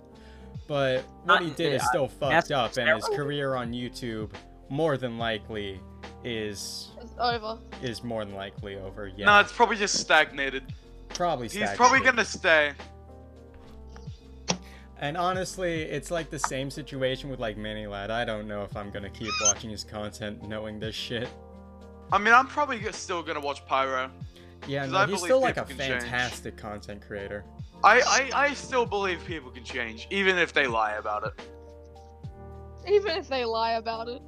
Speaker 2: But what
Speaker 3: Not-
Speaker 2: he did is
Speaker 3: yeah,
Speaker 2: still
Speaker 3: that's
Speaker 2: fucked up, and his
Speaker 3: terrible.
Speaker 2: career on YouTube, more than likely, is
Speaker 4: It's over.
Speaker 2: is more than likely over. Yeah,
Speaker 1: No, it's probably just stagnated.
Speaker 2: probably.
Speaker 1: He's probably
Speaker 2: stagnated.
Speaker 1: gonna stay.
Speaker 2: And honestly, it's like the same situation with like Manny Lad. I don't know if I'm gonna keep watching his content knowing this shit.
Speaker 1: I mean, I'm probably g- still gonna watch Pyro.
Speaker 2: Yeah,
Speaker 1: 'Cause
Speaker 2: no,
Speaker 1: I
Speaker 2: he's
Speaker 1: believe
Speaker 2: still like a
Speaker 1: people can change.
Speaker 2: fantastic content creator.
Speaker 1: I, I, I still believe people can change, even if they lie about it.
Speaker 4: Even if they lie about it.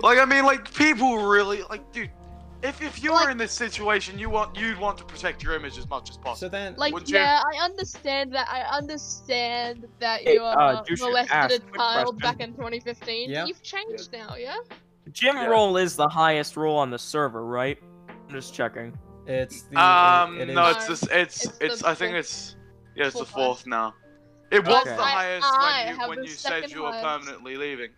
Speaker 1: like, I mean, like people really, like, dude, if if you were
Speaker 4: Like-
Speaker 1: in this situation, you want you'd want to protect your image as much as
Speaker 2: So
Speaker 1: possible.
Speaker 2: then,
Speaker 4: Like,
Speaker 1: Wouldn't you?
Speaker 4: yeah, I understand that. I understand that
Speaker 3: Hey,
Speaker 4: you uh,
Speaker 3: uh, Jusha, ask
Speaker 4: molested
Speaker 3: quick
Speaker 4: a
Speaker 3: question.
Speaker 4: child back in 2015.
Speaker 2: Yeah.
Speaker 4: You've changed now, yeah?
Speaker 3: Jim
Speaker 1: Yeah.
Speaker 3: roll is the highest roll on the server, right? I'm just checking.
Speaker 2: it's the
Speaker 1: um,
Speaker 2: it- it
Speaker 1: no,
Speaker 2: is-
Speaker 1: it's just it's
Speaker 4: It's
Speaker 1: it's,
Speaker 4: the
Speaker 1: I think
Speaker 4: fifth-
Speaker 1: it's yeah, it's the
Speaker 4: fourth
Speaker 1: fourth now. It was
Speaker 3: Okay.
Speaker 1: the
Speaker 4: I-
Speaker 1: highest
Speaker 4: I
Speaker 1: when you
Speaker 4: have
Speaker 1: when
Speaker 4: the
Speaker 1: you said
Speaker 4: second
Speaker 1: you were
Speaker 4: highest.
Speaker 1: permanently leaving.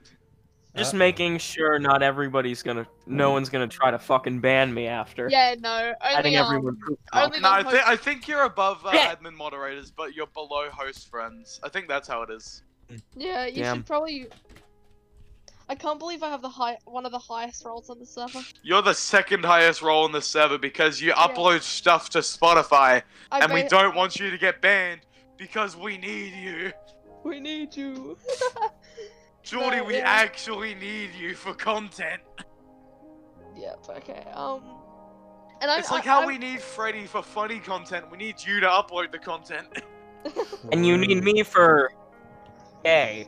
Speaker 3: Just
Speaker 2: Uh-oh.
Speaker 3: making sure not everybody's gonna, no
Speaker 2: mm.
Speaker 3: one's gonna try to fucking ban me after.
Speaker 4: Yeah, no.
Speaker 3: Adding
Speaker 4: Only, um,
Speaker 3: everyone. proof.
Speaker 4: only
Speaker 1: No,
Speaker 4: the
Speaker 1: I,
Speaker 4: host-
Speaker 1: think I think you're above uh,
Speaker 3: Yeah.
Speaker 1: admin moderators, but you're below host friends. I think that's how it is.
Speaker 4: Yeah, you
Speaker 3: Damn.
Speaker 4: should probably. I can't believe I have the high one of the highest roles on the server.
Speaker 1: You're the second highest role on the server because you
Speaker 4: Yeah.
Speaker 1: upload stuff to Spotify,
Speaker 4: I
Speaker 1: and we
Speaker 4: ba-
Speaker 1: don't want you to get banned because we need you.
Speaker 4: We need you.
Speaker 1: Jordy,
Speaker 4: No,
Speaker 1: we
Speaker 4: yeah.
Speaker 1: actually need you for content.
Speaker 4: yep. Okay. Um. And I.
Speaker 1: it's like
Speaker 4: I,
Speaker 1: how
Speaker 4: I-
Speaker 1: we need Freddy for funny content. We need you to upload the content.
Speaker 3: And you need me for A.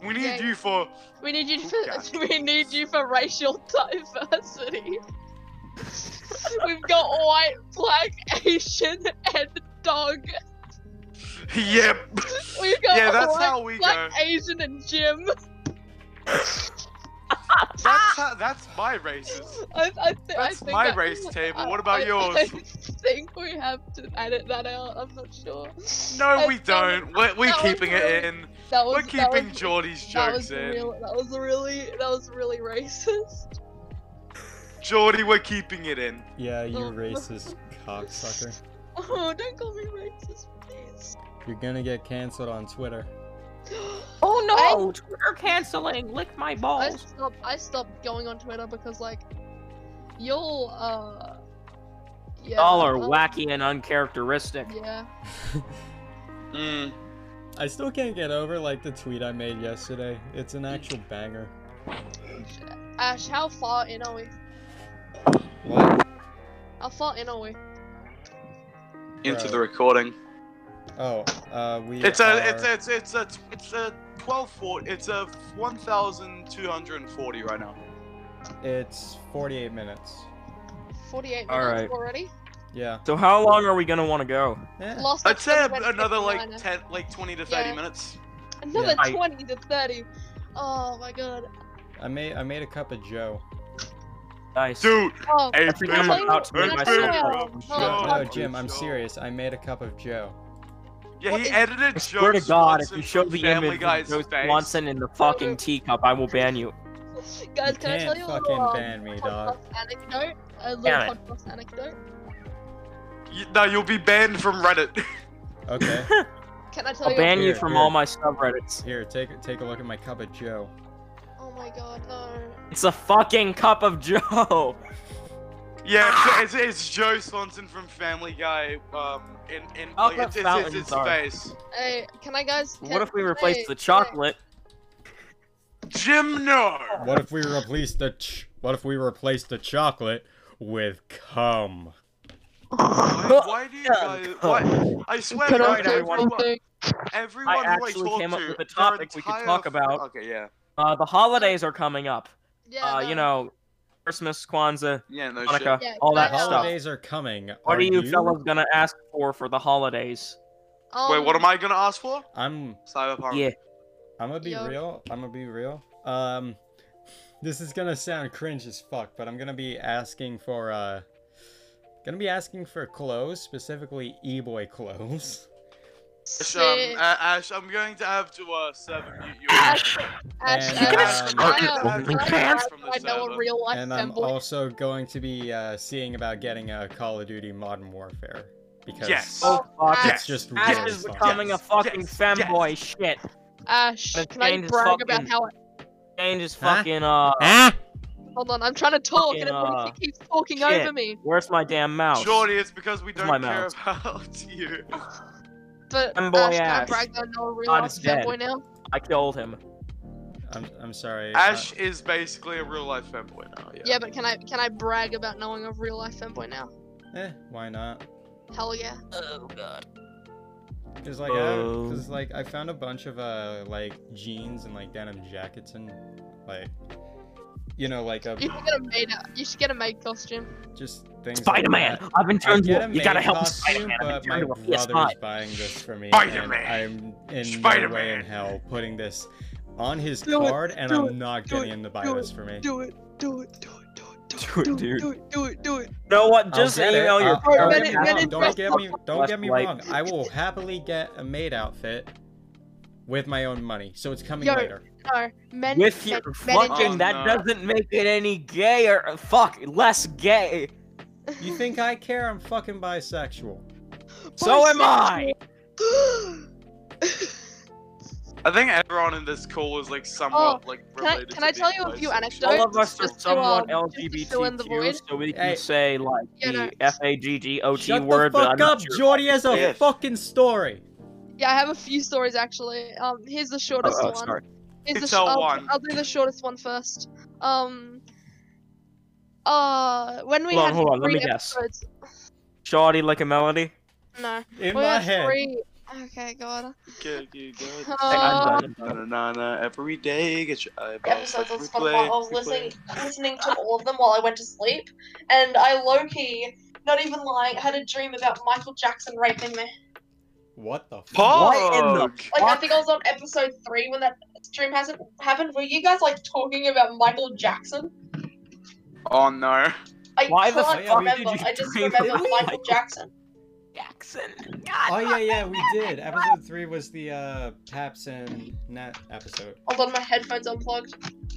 Speaker 1: We need
Speaker 4: Yeah.
Speaker 1: you for
Speaker 4: We need you
Speaker 1: Oh, God.
Speaker 4: for. we need you for racial diversity. We've got white, black, Asian, and dog.
Speaker 1: yep.
Speaker 4: We've got
Speaker 1: Yeah, that's
Speaker 4: white,
Speaker 1: how we go.
Speaker 4: black, Asian, and Jim.
Speaker 1: That's how, that's my races.
Speaker 4: I, I, th- I
Speaker 1: That's
Speaker 4: think
Speaker 1: my
Speaker 4: I-
Speaker 1: race table.
Speaker 4: I-
Speaker 1: What about
Speaker 4: I-
Speaker 1: yours?
Speaker 4: I think we have to edit that out. I'm not sure.
Speaker 1: No,
Speaker 4: I
Speaker 1: we
Speaker 4: think
Speaker 1: don't. We're, we're
Speaker 4: that was
Speaker 1: keeping it
Speaker 4: really-
Speaker 1: in.
Speaker 4: That was
Speaker 1: We're keeping
Speaker 4: that was,
Speaker 1: Geordie's
Speaker 4: that was
Speaker 1: jokes in.
Speaker 4: real, That was really that was really racist.
Speaker 1: Geordie, we're keeping it in.
Speaker 2: Yeah, you
Speaker 4: Oh.
Speaker 2: racist cocksucker.
Speaker 4: Oh, don't call me racist, please.
Speaker 2: You're gonna get canceled on Twitter.
Speaker 3: Oh
Speaker 4: no,
Speaker 3: Twitter canceling. Lick my
Speaker 4: I stopped. I stopped going on Twitter because like you'll uh yeah
Speaker 3: All are
Speaker 4: uh,
Speaker 3: wacky and uncharacteristic.
Speaker 4: Yeah.
Speaker 1: Mm.
Speaker 2: I still can't get over like the tweet I made yesterday. It's an actual banger.
Speaker 4: Ash, how far in are we?
Speaker 2: What?
Speaker 4: How far in are we?
Speaker 1: Into
Speaker 2: Bro.
Speaker 1: the recording.
Speaker 2: Oh, uh, we.
Speaker 1: It's
Speaker 2: are...
Speaker 1: a, it's a, it's it's a, it's a twelve forty. It's a one thousand two hundred and forty right now.
Speaker 2: It's 48 minutes.
Speaker 4: Forty-eight minutes
Speaker 3: All right.
Speaker 4: already.
Speaker 2: Yeah.
Speaker 3: So how long are we gonna want to go?
Speaker 2: Eh,
Speaker 4: Lost.
Speaker 1: I'd say
Speaker 4: episode went
Speaker 1: another like
Speaker 4: 59.
Speaker 1: ten, like twenty to thirty
Speaker 4: Yeah.
Speaker 1: minutes.
Speaker 4: Another
Speaker 3: Yeah.
Speaker 4: 20 to 30. Oh my god.
Speaker 2: I made I made a cup of Joe.
Speaker 3: Nice.
Speaker 1: Dude,
Speaker 4: Oh,
Speaker 1: hey,
Speaker 3: I think I'm
Speaker 1: Boo.
Speaker 3: about to
Speaker 1: Hey,
Speaker 3: make myself.
Speaker 1: Boo.
Speaker 4: Oh,
Speaker 2: No,
Speaker 4: cup
Speaker 2: no,
Speaker 4: of
Speaker 2: Jim, I'm
Speaker 1: Joe.
Speaker 2: serious. I made a cup of Joe.
Speaker 1: Yeah,
Speaker 4: What
Speaker 1: he
Speaker 4: is-
Speaker 1: edited
Speaker 3: I
Speaker 1: Joe
Speaker 3: swear to God, if
Speaker 1: Swanson
Speaker 3: you show
Speaker 1: from
Speaker 3: the
Speaker 1: Family
Speaker 3: image
Speaker 1: Guy's
Speaker 3: of Joe
Speaker 1: face.
Speaker 3: Swanson in the fucking teacup, I will ban you.
Speaker 4: Guys,
Speaker 2: you
Speaker 4: can I
Speaker 2: can't
Speaker 4: tell you a
Speaker 2: fucking
Speaker 4: little, um,
Speaker 2: ban me, dog.
Speaker 4: podcast anecdote? A little
Speaker 3: Damn
Speaker 4: podcast anecdote.
Speaker 1: You- no, you'll be banned from Reddit.
Speaker 2: Okay.
Speaker 4: Can I tell
Speaker 3: I'll
Speaker 4: you?
Speaker 3: ban you
Speaker 2: Here,
Speaker 3: from
Speaker 2: here.
Speaker 3: all my subreddits.
Speaker 2: Here, take take a look at my cup of Joe.
Speaker 4: Oh my god, no.
Speaker 3: It's a fucking cup of Joe.
Speaker 1: yeah, it's, it's, it's Joe Swanson from Family Guy. Um, in in
Speaker 3: I'll
Speaker 1: like,
Speaker 3: put
Speaker 1: it's, it's, it's,
Speaker 3: fountains
Speaker 1: it's
Speaker 3: on.
Speaker 1: face.
Speaker 4: Hey, can I guys? Can,
Speaker 3: What if we
Speaker 4: can
Speaker 3: replace
Speaker 4: I-
Speaker 3: the
Speaker 4: can I-
Speaker 3: chocolate?
Speaker 1: Jim, no.
Speaker 2: What if we replace the ch- What if we replace the chocolate with cum?
Speaker 1: Why, why do you guys?
Speaker 3: Yeah.
Speaker 1: Why, I swear to
Speaker 4: Can I
Speaker 1: God,
Speaker 4: say
Speaker 3: everyone-
Speaker 1: everyone,
Speaker 4: something?
Speaker 1: everyone
Speaker 3: I
Speaker 1: who I
Speaker 3: actually
Speaker 1: talk
Speaker 3: came
Speaker 1: to,
Speaker 3: up with a
Speaker 1: their
Speaker 3: topic we could
Speaker 1: entire
Speaker 3: talk about.
Speaker 1: Okay, yeah,
Speaker 3: Uh, the holidays are coming up.
Speaker 4: Yeah,
Speaker 3: Uh,
Speaker 4: no.
Speaker 3: you know, Christmas, Kwanzaa,
Speaker 1: yeah, no shit.
Speaker 3: Hanukkah,
Speaker 4: Yeah,
Speaker 3: all
Speaker 2: The
Speaker 3: that stuff.
Speaker 2: holidays are coming.
Speaker 3: What
Speaker 2: are
Speaker 3: are you fellas gonna ask for for the holidays?
Speaker 4: Um,
Speaker 1: Wait, what am I gonna ask for?
Speaker 2: I'm
Speaker 1: Cyberpunk.
Speaker 3: Yeah.
Speaker 2: I'm gonna be
Speaker 4: Yo.
Speaker 2: real. I'm gonna be real. Um, This is gonna sound cringe as fuck, but I'm gonna be asking for uh gonna be asking for clothes, specifically e-boy clothes.
Speaker 1: Ash,
Speaker 4: Sick.
Speaker 1: um, A- Ash, I'm going to have to uh, sever you. you
Speaker 4: Ash, Ash,
Speaker 2: And, uh,
Speaker 4: Ash, Ash,
Speaker 2: You're
Speaker 1: gonna
Speaker 4: Ash,
Speaker 1: start your
Speaker 4: Ash,
Speaker 1: OnlyFans?
Speaker 4: Ash, I know a real life
Speaker 2: and I'm
Speaker 4: femboy.
Speaker 2: also going to be uh, seeing about getting a Call of Duty Modern Warfare because
Speaker 1: Yes.
Speaker 3: Oh, fuck.
Speaker 2: it's just
Speaker 3: Ash
Speaker 2: really
Speaker 3: is
Speaker 2: fun.
Speaker 3: becoming a
Speaker 1: Yes,
Speaker 3: fucking
Speaker 1: yes,
Speaker 3: femboy. Shit.
Speaker 4: Ash,
Speaker 3: Let's
Speaker 4: can I
Speaker 3: change his
Speaker 4: brag
Speaker 3: fucking-
Speaker 4: about how I-
Speaker 3: Change his
Speaker 2: Huh?
Speaker 3: fucking, uh,
Speaker 5: Huh?
Speaker 4: Hold on, I'm trying to talk and
Speaker 3: Fucking, uh,
Speaker 4: everybody keeps talking
Speaker 3: shit.
Speaker 4: over me.
Speaker 3: where's my damn mouse?
Speaker 1: Jordy, it's because we
Speaker 3: It's my
Speaker 1: don't care
Speaker 3: mouth.
Speaker 1: about you.
Speaker 4: But
Speaker 3: Femboy
Speaker 4: Ash, can I
Speaker 3: Ash.
Speaker 4: brag that I know a real
Speaker 3: God
Speaker 4: life
Speaker 3: is dead.
Speaker 4: femboy now?
Speaker 3: I killed him.
Speaker 2: I'm, I'm sorry. uh,
Speaker 1: Ash is basically a real life fanboy now. Yeah.
Speaker 4: Yeah. but can I can I brag about knowing a real life femboy now?
Speaker 2: eh, why not?
Speaker 4: Hell yeah.
Speaker 3: Oh, God.
Speaker 2: Cause like,
Speaker 3: Oh.
Speaker 2: I,
Speaker 4: Um,
Speaker 2: cause like I found a bunch of uh like jeans and like denim jackets and like, you know, like a
Speaker 4: You should get a maid. You should get a maid costume.
Speaker 2: just things. like
Speaker 3: Spider Man!
Speaker 2: that.
Speaker 3: I've been
Speaker 2: I
Speaker 3: turned
Speaker 2: get
Speaker 3: to.
Speaker 2: a
Speaker 3: You gotta
Speaker 2: maid
Speaker 3: help Spider
Speaker 2: costume,
Speaker 3: Man. I've
Speaker 2: but
Speaker 3: been
Speaker 2: my
Speaker 3: turned to a
Speaker 2: brother's
Speaker 3: PS5.
Speaker 2: buying this for me.
Speaker 1: Spider-Man.
Speaker 2: and I'm in no way
Speaker 1: Spider-Man.
Speaker 2: in hell putting this on his
Speaker 4: Do it,
Speaker 2: card, and
Speaker 4: do
Speaker 2: I'm not
Speaker 4: do it,
Speaker 2: getting him to buy
Speaker 4: do
Speaker 2: this for me.
Speaker 4: Do it. Do it. Do it. Do
Speaker 3: Do it,
Speaker 4: it. Do it.
Speaker 3: dude.
Speaker 4: Do it. Do it. Do it.
Speaker 3: You know what?
Speaker 2: I'll
Speaker 3: Just
Speaker 2: Oh, get it.
Speaker 3: email your
Speaker 2: I'll- don't
Speaker 4: When
Speaker 2: get
Speaker 4: it-
Speaker 2: me
Speaker 4: when
Speaker 2: wrong,
Speaker 4: it
Speaker 2: Don't
Speaker 4: first
Speaker 2: get me don't
Speaker 3: comes
Speaker 2: get me
Speaker 3: out,
Speaker 2: wrong. I will happily get a maid outfit with my own money, so it's coming
Speaker 4: Yo,
Speaker 2: later.
Speaker 4: No. Men.
Speaker 3: With
Speaker 4: men,
Speaker 3: your
Speaker 4: men in
Speaker 1: Oh,
Speaker 3: fucking,
Speaker 4: jail.
Speaker 1: no.
Speaker 3: that doesn't make it any gayer. Fuck, less gay.
Speaker 2: You think I care? I'm fucking bisexual.
Speaker 3: So am I.
Speaker 1: I think everyone in this call is like somewhat like
Speaker 4: Oh, can I-
Speaker 1: related
Speaker 4: can
Speaker 1: to
Speaker 4: I tell
Speaker 1: being
Speaker 4: you a few
Speaker 1: bisexual.
Speaker 4: anecdotes?
Speaker 3: All of us are
Speaker 4: Just to, um,
Speaker 3: somewhat
Speaker 4: just to fill in the
Speaker 3: LGBTQ,
Speaker 4: void.
Speaker 3: so we
Speaker 2: Hey.
Speaker 3: can say like
Speaker 4: Yeah, no.
Speaker 3: the F A G G O T
Speaker 2: Shut
Speaker 3: word.
Speaker 2: the
Speaker 3: but
Speaker 2: fuck
Speaker 3: I'm not
Speaker 2: up,
Speaker 3: sure.
Speaker 2: Jordy has a
Speaker 1: Yes.
Speaker 2: fucking story.
Speaker 4: Yeah, I have a few stories actually. Um, here's the
Speaker 3: Oh,
Speaker 4: shortest
Speaker 3: oh,
Speaker 4: one.
Speaker 3: sorry.
Speaker 4: Here's the
Speaker 1: It's
Speaker 4: sh-
Speaker 1: all
Speaker 4: I'll,
Speaker 1: one.
Speaker 4: I'll do the shortest one first. Um. Uh, when we
Speaker 3: Hold on,
Speaker 4: had
Speaker 3: hold on, let
Speaker 4: three
Speaker 3: me guess.
Speaker 4: episodes.
Speaker 3: Shawty like a melody.
Speaker 4: No.
Speaker 2: In
Speaker 4: we
Speaker 2: my
Speaker 4: had
Speaker 2: head.
Speaker 4: three. Okay, God.
Speaker 1: Get you good.
Speaker 4: Uh,
Speaker 3: I'm done. I'm done.
Speaker 1: Na na na, every day, get your eyeballs.
Speaker 4: episodes on
Speaker 1: like
Speaker 4: Spotify. I was
Speaker 1: replay,
Speaker 4: listening
Speaker 1: replay.
Speaker 4: listening to all of them while I went to sleep, and I low key, not even lying, had a dream about Michael Jackson raping me.
Speaker 2: What the
Speaker 1: Pog!
Speaker 4: Like I think I was on episode three when that dream hasn't happened. Were you guys like talking about Michael Jackson?
Speaker 1: Oh no.
Speaker 4: I
Speaker 3: Why the
Speaker 2: fuck
Speaker 4: can't
Speaker 2: did
Speaker 4: remember.
Speaker 3: you
Speaker 4: I just
Speaker 3: dream
Speaker 4: remember
Speaker 3: about
Speaker 4: Michael,
Speaker 3: Michael
Speaker 4: Jackson.
Speaker 3: Jackson.
Speaker 2: Oh yeah, yeah, we did. Episode three was the uh Paps and Nat episode,
Speaker 4: Hold on, my headphones unplugged.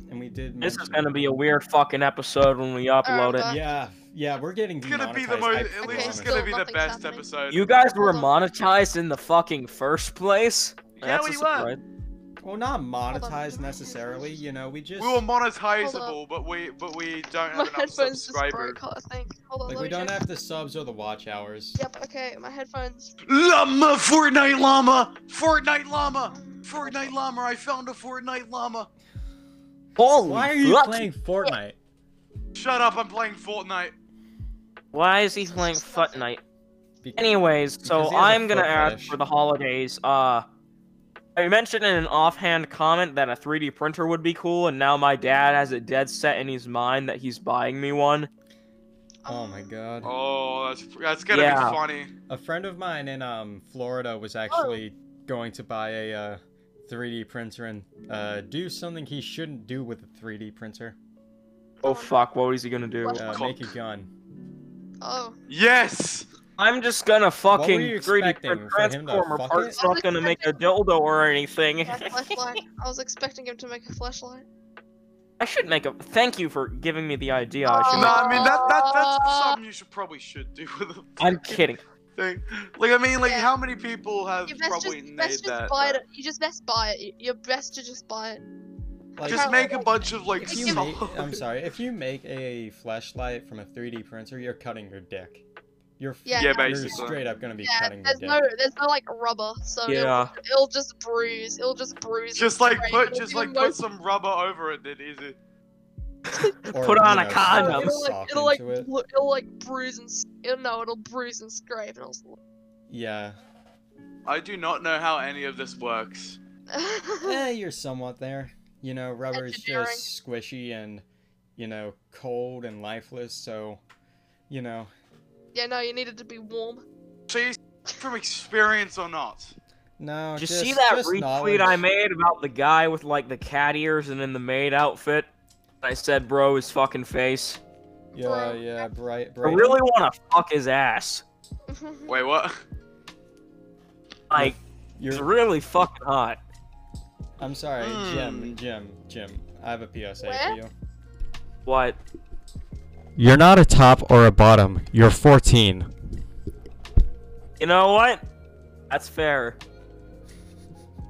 Speaker 2: and we did.
Speaker 3: This is
Speaker 2: mention-
Speaker 3: gonna be a weird fucking episode when we upload
Speaker 4: Alright,
Speaker 3: it.
Speaker 2: Yeah, yeah, we're getting.
Speaker 1: It's gonna be the most.
Speaker 2: demonetized, I
Speaker 1: At least it's
Speaker 2: promise.
Speaker 4: Okay,
Speaker 1: gonna
Speaker 4: still
Speaker 1: be the
Speaker 4: nothing's
Speaker 1: best
Speaker 4: happening.
Speaker 1: episode.
Speaker 3: You guys were
Speaker 4: Hold on.
Speaker 3: monetized in the fucking first place.
Speaker 1: Yeah,
Speaker 3: That's
Speaker 1: we
Speaker 3: a
Speaker 1: were.
Speaker 3: surprise.
Speaker 2: Well, not
Speaker 4: on,
Speaker 2: monetized
Speaker 4: my
Speaker 2: necessarily.
Speaker 4: headphones-
Speaker 2: You know, we just
Speaker 1: We were
Speaker 4: Hold
Speaker 1: monetizable, but we but we don't
Speaker 4: my
Speaker 1: have enough
Speaker 4: headphones just
Speaker 1: subscribers.
Speaker 4: broke. I think. Hold on,
Speaker 2: like
Speaker 4: let
Speaker 2: we
Speaker 4: me
Speaker 2: don't
Speaker 4: check.
Speaker 2: have the subs or the watch hours.
Speaker 4: Yep. Okay, my headphones.
Speaker 1: Llama, Fortnite llama, Fortnite llama, Fortnite llama. I found a Fortnite llama.
Speaker 3: Holy
Speaker 2: Why are you
Speaker 3: fuck.
Speaker 2: playing Fortnite?
Speaker 1: Shut up! I'm playing Fortnite.
Speaker 3: Why is he playing
Speaker 4: It's nothing.
Speaker 3: Fortnite?
Speaker 2: Be-
Speaker 3: Anyways,
Speaker 2: Because
Speaker 3: so
Speaker 2: he has a
Speaker 3: I'm gonna
Speaker 2: foot
Speaker 3: ask
Speaker 2: fetish.
Speaker 3: for the holidays. Uh, I mentioned in an offhand comment that a 3D printer would be cool, and now my dad has it dead set in his mind that he's buying me one.
Speaker 4: um,
Speaker 2: Oh my god.
Speaker 1: Oh, that's that's gonna
Speaker 3: Yeah.
Speaker 1: be funny.
Speaker 2: A friend of mine in um Florida was
Speaker 4: Oh.
Speaker 2: actually going to buy a uh, 3D printer and uh, do something he shouldn't do with a 3D printer.
Speaker 3: Oh fuck, what is he gonna do?
Speaker 2: Uh,
Speaker 1: Cock.
Speaker 2: make a gun.
Speaker 4: Oh.
Speaker 1: Yes.
Speaker 3: I'm just gonna
Speaker 2: were you
Speaker 3: fucking 3D
Speaker 2: expecting?
Speaker 3: print
Speaker 2: For him to
Speaker 3: transformer
Speaker 2: fuck
Speaker 3: parts.
Speaker 4: it?
Speaker 3: Not gonna make a dildo or anything.
Speaker 4: My flashlight. I was expecting him to make a flashlight.
Speaker 3: I should make a. Thank you for giving me the idea. I
Speaker 1: No,
Speaker 3: should.
Speaker 4: Aw.
Speaker 1: I mean that, that that's something you should probably should do with a
Speaker 3: I'm kidding.
Speaker 1: thing. Like I mean, like
Speaker 4: Yeah.
Speaker 1: how many people have
Speaker 4: You best
Speaker 1: probably
Speaker 4: just,
Speaker 1: made
Speaker 4: best
Speaker 1: that?
Speaker 4: just buy it. You just best buy it. You're best to just buy it.
Speaker 2: Like,
Speaker 1: Just make a bunch of like.
Speaker 2: if you
Speaker 1: solid-
Speaker 2: make, I'm sorry. If you make a flashlight from a 3D printer, you're cutting your dick. You're f-
Speaker 4: Yeah,
Speaker 1: Yeah,
Speaker 2: you're
Speaker 1: basically.
Speaker 2: straight up gonna be
Speaker 4: Yeah,
Speaker 2: cutting your
Speaker 4: there's
Speaker 2: dick.
Speaker 4: no, there's Oh, no like rubber, so
Speaker 3: Yeah.
Speaker 4: it'll, it'll just bruise. It'll just bruise.
Speaker 1: Just
Speaker 4: and
Speaker 1: like
Speaker 4: spray,
Speaker 1: put
Speaker 4: it'll
Speaker 1: just
Speaker 4: be
Speaker 1: like
Speaker 4: more-
Speaker 1: put some rubber over it. Then easy.
Speaker 2: Or,
Speaker 3: Put on
Speaker 2: you
Speaker 3: a
Speaker 2: know,
Speaker 4: it'll-
Speaker 3: condom.
Speaker 4: It'll like,
Speaker 2: sock
Speaker 4: it'll like,
Speaker 2: into it.
Speaker 4: bru- it'll like bruise and s- it'll, no, it'll bruise and scrape. And it'll...
Speaker 2: Yeah.
Speaker 1: I do not know how any of this works.
Speaker 2: Eh, you're somewhat there. You know, rubber's
Speaker 4: Engineering.
Speaker 2: just squishy and, you know, cold and lifeless, so, you know.
Speaker 4: yeah, no, you need it to be warm.
Speaker 1: See from experience or not.
Speaker 2: No,
Speaker 3: Did
Speaker 2: Oh,
Speaker 3: you
Speaker 2: just
Speaker 3: see that
Speaker 2: just
Speaker 3: retweet
Speaker 2: knowledge.
Speaker 3: I made about the guy with like the cat ears and in the maid outfit? I said, bro, his fucking face.
Speaker 2: Yeah,
Speaker 4: Bro.
Speaker 2: yeah, bright,
Speaker 3: I
Speaker 2: bright.
Speaker 3: really want to fuck his ass.
Speaker 1: Wait, what?
Speaker 3: Like, it's
Speaker 2: You're,
Speaker 3: really fucking hot.
Speaker 2: I'm sorry, Jim,
Speaker 3: Hmm.
Speaker 1: Mm.
Speaker 2: Jim, Jim. I have a PSA
Speaker 4: What?
Speaker 2: for you.
Speaker 3: What?
Speaker 5: You're not a top or a bottom. You're 14.
Speaker 3: You know what? That's fair.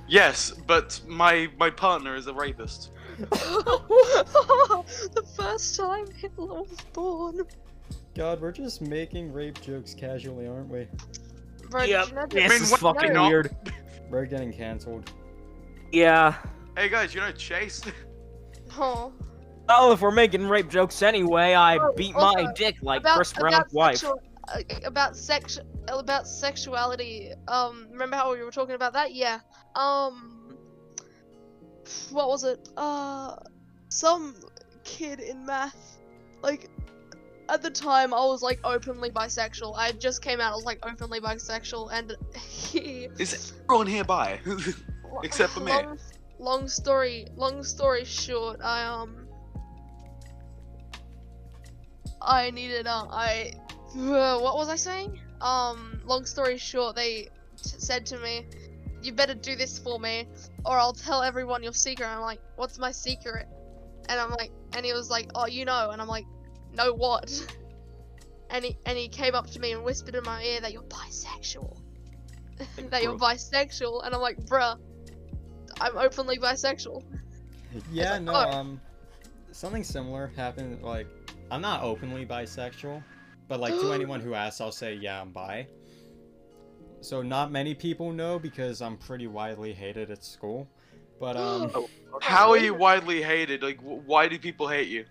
Speaker 1: Yes, but my my partner is a rapist.
Speaker 4: the first time Hitler was born.
Speaker 2: God, we're just making rape jokes casually, aren't we?
Speaker 4: Bro,
Speaker 3: Yep,
Speaker 4: did you know that-
Speaker 3: This
Speaker 1: Man,
Speaker 3: is
Speaker 1: what-
Speaker 3: fucking
Speaker 1: no.
Speaker 3: weird.
Speaker 2: We're getting canceled.
Speaker 3: Yeah.
Speaker 1: Hey guys, you know Chase?
Speaker 4: Oh.
Speaker 3: Well, if we're making rape jokes anyway, I
Speaker 4: Oh,
Speaker 3: beat
Speaker 4: also,
Speaker 3: my dick like Chris Brown's wife.
Speaker 4: sexual- uh, about sex about sexuality. Um, remember how we were talking about that? Yeah. Um, what was it? Uh, some kid in math, like. At the time, I was like openly bisexual. I just came out. I was like openly bisexual, and he.
Speaker 1: Is everyone here by? Except for me.
Speaker 4: Long, long story. Long story short, I um. I needed uh, I. Uh, what was I saying? Um. Long story short, they t- said to me, "You better do this for me, or I'll tell everyone your secret." I'm like, "What's my secret?" And I'm like, and he was like, "Oh, you know," and I'm like, "Know what?" And he, and he came up to me and whispered in my ear that you're bisexual. that you're bisexual, and I'm like, bruh, I'm openly bisexual.
Speaker 2: Yeah,
Speaker 4: like,
Speaker 2: no,
Speaker 4: oh.
Speaker 2: um, something similar happened. Like, I'm not openly bisexual, but like to anyone who asks, I'll say, yeah, I'm bi. So not many people know because I'm pretty widely hated at school. But um,
Speaker 1: How are you widely hated? Like, wh- why do people hate you?